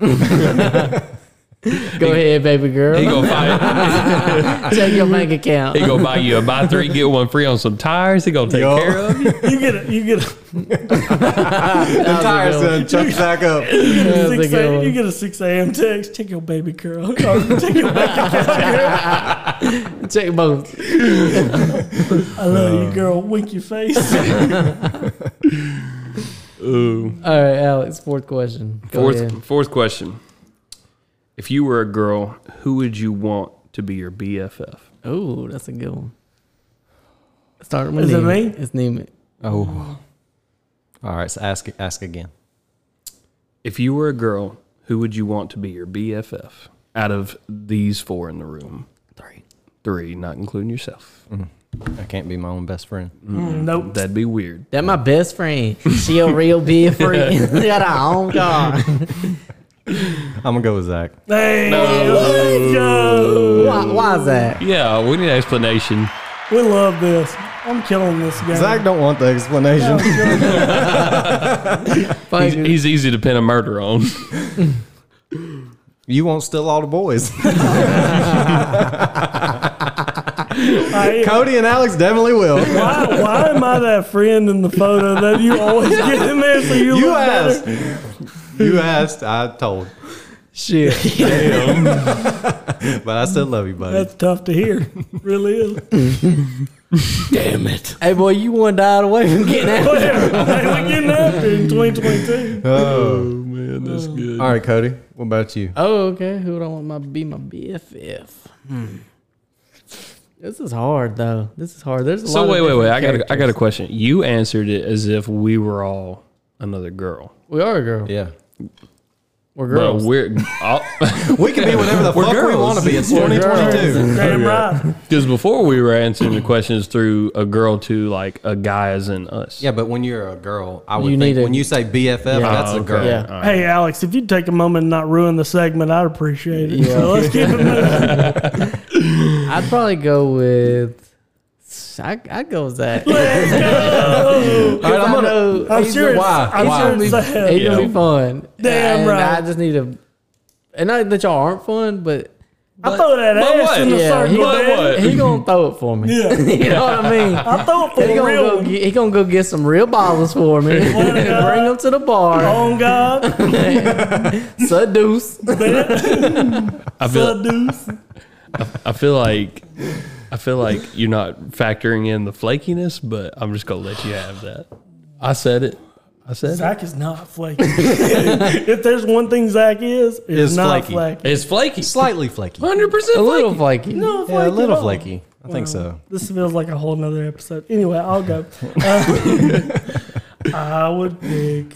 Speaker 3: Go ahead, baby girl. (laughs)
Speaker 4: He gonna buy
Speaker 3: Take your bank account.
Speaker 4: (laughs) he gonna buy you a buy three get one free on some tires. He gonna take
Speaker 2: Yup.
Speaker 4: care
Speaker 1: (laughs)
Speaker 4: of you.
Speaker 1: You get a you get
Speaker 2: (laughs)
Speaker 1: a,
Speaker 2: Entire son, chuck Zach up.
Speaker 1: you get a
Speaker 3: That's a
Speaker 1: six
Speaker 3: good
Speaker 1: a,
Speaker 3: one.
Speaker 1: you get a six a.m. text. Take your baby girl. (laughs) Or Take your baby
Speaker 3: Check both.
Speaker 1: I love you, girl. Wink your face.
Speaker 2: (laughs)
Speaker 3: All right, Alex. Fourth question. Go ahead.
Speaker 4: Fourth fourth question. If you were a girl, who would you want to be your BFF?
Speaker 3: Oh, that's a good one. Start with
Speaker 1: Is it
Speaker 3: Nemec.
Speaker 1: me?
Speaker 3: It's Nemec.
Speaker 2: (laughs) Oh. All right, so ask ask again.
Speaker 4: If you were a girl, who would you want to be your BFF out of these four in the room?
Speaker 3: Three. Mm-hmm.
Speaker 4: Three, not including yourself.
Speaker 2: I can't be my own best friend.
Speaker 1: Nope.
Speaker 4: That'd be weird.
Speaker 3: That my best friend. She a real
Speaker 4: (laughs)
Speaker 3: big friend. (laughs) oh She got her own car.
Speaker 2: I'm gonna go with Zach.
Speaker 1: Hey, let's go.
Speaker 3: Why, why is that?
Speaker 4: Yeah, we need an explanation.
Speaker 1: We love this. I'm killing this game.
Speaker 2: Zach don't want the explanation.
Speaker 4: He's, he's easy to pin a murder (laughs) on.
Speaker 3: Mm,
Speaker 2: you won't steal all
Speaker 1: (laughs)
Speaker 2: the boys.
Speaker 1: I-
Speaker 2: Cody and Alex definitely will.
Speaker 1: (laughs) why, why am I that friend in the photo that you always get in there so you,
Speaker 2: You
Speaker 1: look
Speaker 2: asked.
Speaker 1: better?
Speaker 2: You asked. I told.
Speaker 3: (laughs) Shit.
Speaker 2: But I still love you, buddy.
Speaker 1: That's tough to hear. Really is. (laughs)
Speaker 6: Damn it.
Speaker 3: hey, boy, you one died away from getting out.
Speaker 4: (laughs)
Speaker 1: Whatever. Hey, we're getting after it in 2022.
Speaker 2: Oh.
Speaker 4: Man, that's good.
Speaker 2: All right, Cody. What about you?
Speaker 3: Oh, okay. Who would I want my be my BFF? Hmm. This is hard though. This is hard. There's a lot
Speaker 4: So
Speaker 3: of
Speaker 4: wait, wait, wait. I
Speaker 3: different
Speaker 4: got, a, I got a
Speaker 3: characters.
Speaker 4: question. You answered it as if we were all another girl.
Speaker 3: We are a girl.
Speaker 2: Yeah.
Speaker 3: We're
Speaker 4: Bro,
Speaker 3: girls.
Speaker 4: we're uh, all,
Speaker 2: We can be whatever the fuck we want to be. It's
Speaker 3: We're girls.
Speaker 2: 2022.
Speaker 1: Damn right.
Speaker 4: Because before we were answering the questions through a girl to like a guy as in us.
Speaker 2: Yeah, but when you're a girl, I would
Speaker 3: You
Speaker 2: think
Speaker 3: need a-
Speaker 2: when you say BFF, that's a girl.
Speaker 3: yeah.
Speaker 1: Hey, Alex, if you'd take a moment and not ruin the segment, I'd appreciate it. So let's keep it moving.
Speaker 3: I'd probably go with. I, I'd go with Zach.
Speaker 2: All right, I'm
Speaker 3: I
Speaker 2: gonna.
Speaker 3: know
Speaker 1: I'm
Speaker 3: he's
Speaker 1: sure it's,
Speaker 2: why?
Speaker 1: I'm
Speaker 2: Why?
Speaker 1: sure it's sad.
Speaker 3: It's gonna
Speaker 4: Yeah.
Speaker 3: be fun.
Speaker 1: Damn
Speaker 3: and
Speaker 1: right.
Speaker 3: I just need to, and not that y'all aren't fun, but
Speaker 1: I throw that
Speaker 4: But
Speaker 1: ass
Speaker 4: what?
Speaker 1: in the
Speaker 3: Yeah,
Speaker 1: circle,
Speaker 3: he-
Speaker 4: But
Speaker 1: man.
Speaker 4: what?
Speaker 3: he gonna throw it for me.
Speaker 1: Yeah.
Speaker 3: (laughs) you know what I mean.
Speaker 1: I throw it for
Speaker 3: He
Speaker 1: the
Speaker 3: gonna,
Speaker 1: real
Speaker 3: go
Speaker 1: one.
Speaker 3: get, he gonna go get some real bottles for me. Bring
Speaker 1: (laughs)
Speaker 3: them to the bar.
Speaker 1: On God,
Speaker 3: Seduce.
Speaker 4: I feel,
Speaker 1: seduce.
Speaker 4: I feel like I feel like you're not factoring in the flakiness, but I'm just gonna let you have that. I said it. I said
Speaker 1: (laughs)
Speaker 4: it.
Speaker 1: Zach is not flaky. (laughs) if there's one thing Zach is, it's
Speaker 2: Is
Speaker 1: not
Speaker 2: flaky.
Speaker 1: flaky.
Speaker 4: It's flaky.
Speaker 2: Slightly flaky.
Speaker 4: Hundred percent
Speaker 3: A little
Speaker 4: flaky.
Speaker 3: flaky.
Speaker 1: Not
Speaker 3: No.
Speaker 2: Yeah, a
Speaker 1: flaky
Speaker 2: little
Speaker 1: at all.
Speaker 2: flaky. I think so.
Speaker 1: This feels like a whole nother episode. Anyway, I'll (laughs) go. Uh, I would pick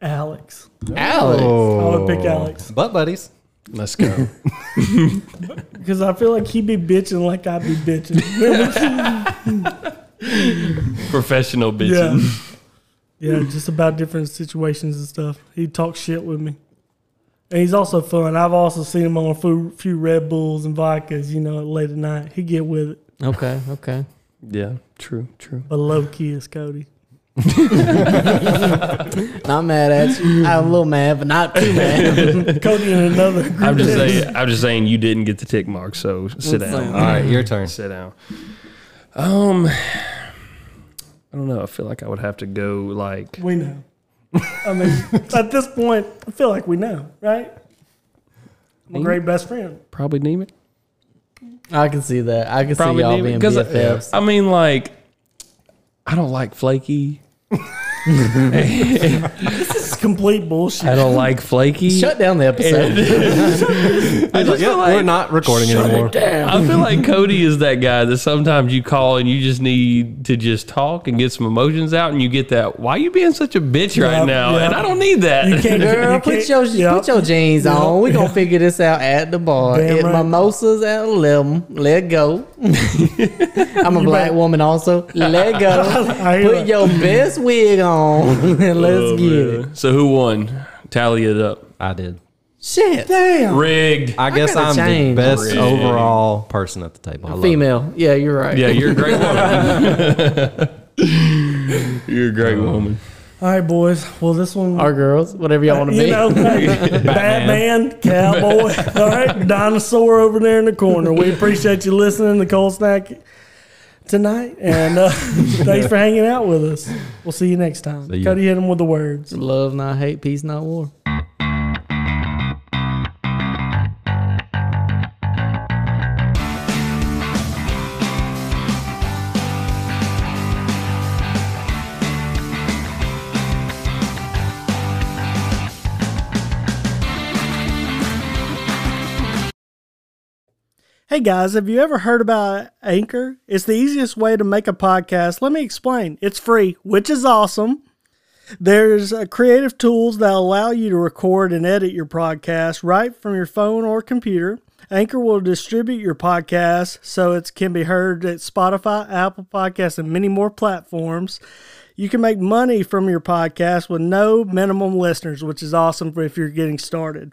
Speaker 1: Alex.
Speaker 3: Alex.
Speaker 2: Oh.
Speaker 1: I would pick Alex
Speaker 2: Butt buddies.
Speaker 4: Let's go.
Speaker 1: because I feel like he'd be bitching like I'd be bitching.
Speaker 4: Professional
Speaker 1: yeah.
Speaker 4: bitching.
Speaker 1: Yeah, just about different situations and stuff. He talks shit with me. And he's also fun. I've also seen him on a few, few Red Bulls and vodkas, you know, late at night. He get with it.
Speaker 3: Okay. Okay.
Speaker 4: Yeah. True. True.
Speaker 1: But low key is Cody.
Speaker 3: Not mad at you. I'm a little mad, but not too mad.
Speaker 1: Cody in another group.
Speaker 4: I'm just
Speaker 1: text.
Speaker 4: saying. I'm just saying you didn't get the tick mark, so sit
Speaker 3: It's
Speaker 4: down.
Speaker 2: (laughs) All right, your turn.
Speaker 4: Sit down. Um, I don't know. I feel like I would have to go like
Speaker 1: We know. I mean, at this point, I feel like we know, right? My great best friend.
Speaker 4: probably Neiman.
Speaker 3: I can see that. I can
Speaker 4: Probably
Speaker 3: see y'all
Speaker 4: Neiman
Speaker 3: being
Speaker 4: because uh,
Speaker 3: BFFs.
Speaker 4: I, I mean like I don't like flaky.
Speaker 1: This is complete bullshit.
Speaker 4: I don't like flaky.
Speaker 3: Shut down the episode.
Speaker 4: I (laughs) just
Speaker 2: Yeah,
Speaker 4: feel like
Speaker 2: we're not recording anymore.
Speaker 4: I feel like Cody is that guy that sometimes you call and you just need to just talk and get some emotions out, and you get that. Why you being such a bitch right
Speaker 1: Yeah,
Speaker 4: now?
Speaker 1: yeah.
Speaker 4: And I don't need that.
Speaker 1: You can't-
Speaker 3: (laughs) Girl,
Speaker 1: (laughs) You
Speaker 3: put
Speaker 1: can't-
Speaker 3: your
Speaker 1: yeah.
Speaker 3: put your jeans on. We gonna figure this out at the bar.
Speaker 1: Damn
Speaker 3: It-
Speaker 1: right.
Speaker 3: Mimosas at eleven. Let go. (laughs) I'm a black
Speaker 1: bet.
Speaker 3: woman also.
Speaker 1: (laughs)
Speaker 3: Let go.
Speaker 1: (laughs) I hear
Speaker 3: Put
Speaker 1: that.
Speaker 3: your best wig on (laughs) and let's
Speaker 4: Oh,
Speaker 3: get
Speaker 4: man.
Speaker 3: it.
Speaker 4: (laughs) So who won? Tally it up.
Speaker 2: I did.
Speaker 3: Shit.
Speaker 1: Damn.
Speaker 4: Rigged.
Speaker 2: I guess
Speaker 3: gotta
Speaker 2: I'm the
Speaker 3: change.
Speaker 2: best
Speaker 4: Rigged.
Speaker 2: overall person at the table. I love it.
Speaker 3: Female. Yeah, you're right.
Speaker 4: Yeah, you're a great woman. (laughs) you're a great woman.
Speaker 1: All right, boys. Well, this one.
Speaker 3: Our girls, whatever y'all want to
Speaker 1: you
Speaker 3: be.
Speaker 1: know, (laughs) Batman, cowboy,
Speaker 3: (laughs)
Speaker 1: all right, dinosaur over there in the corner. We appreciate you listening to Cold Snack tonight, and uh, (laughs) thanks for hanging out with us. We'll see you next time.
Speaker 2: ya.
Speaker 1: Cody hit him with the words.
Speaker 3: Love not hate, peace not war.
Speaker 1: Hey guys, have you ever heard about Anchor? It's the easiest way to make a podcast. Let me explain. It's free, which is awesome. There's uh, creative tools that allow you to record and edit your podcast right from your phone or computer. Anchor will distribute your podcast so it can be heard at Spotify, Apple Podcasts, and many more platforms. You can make money from your podcast with no minimum listeners, which is awesome for if you're getting started.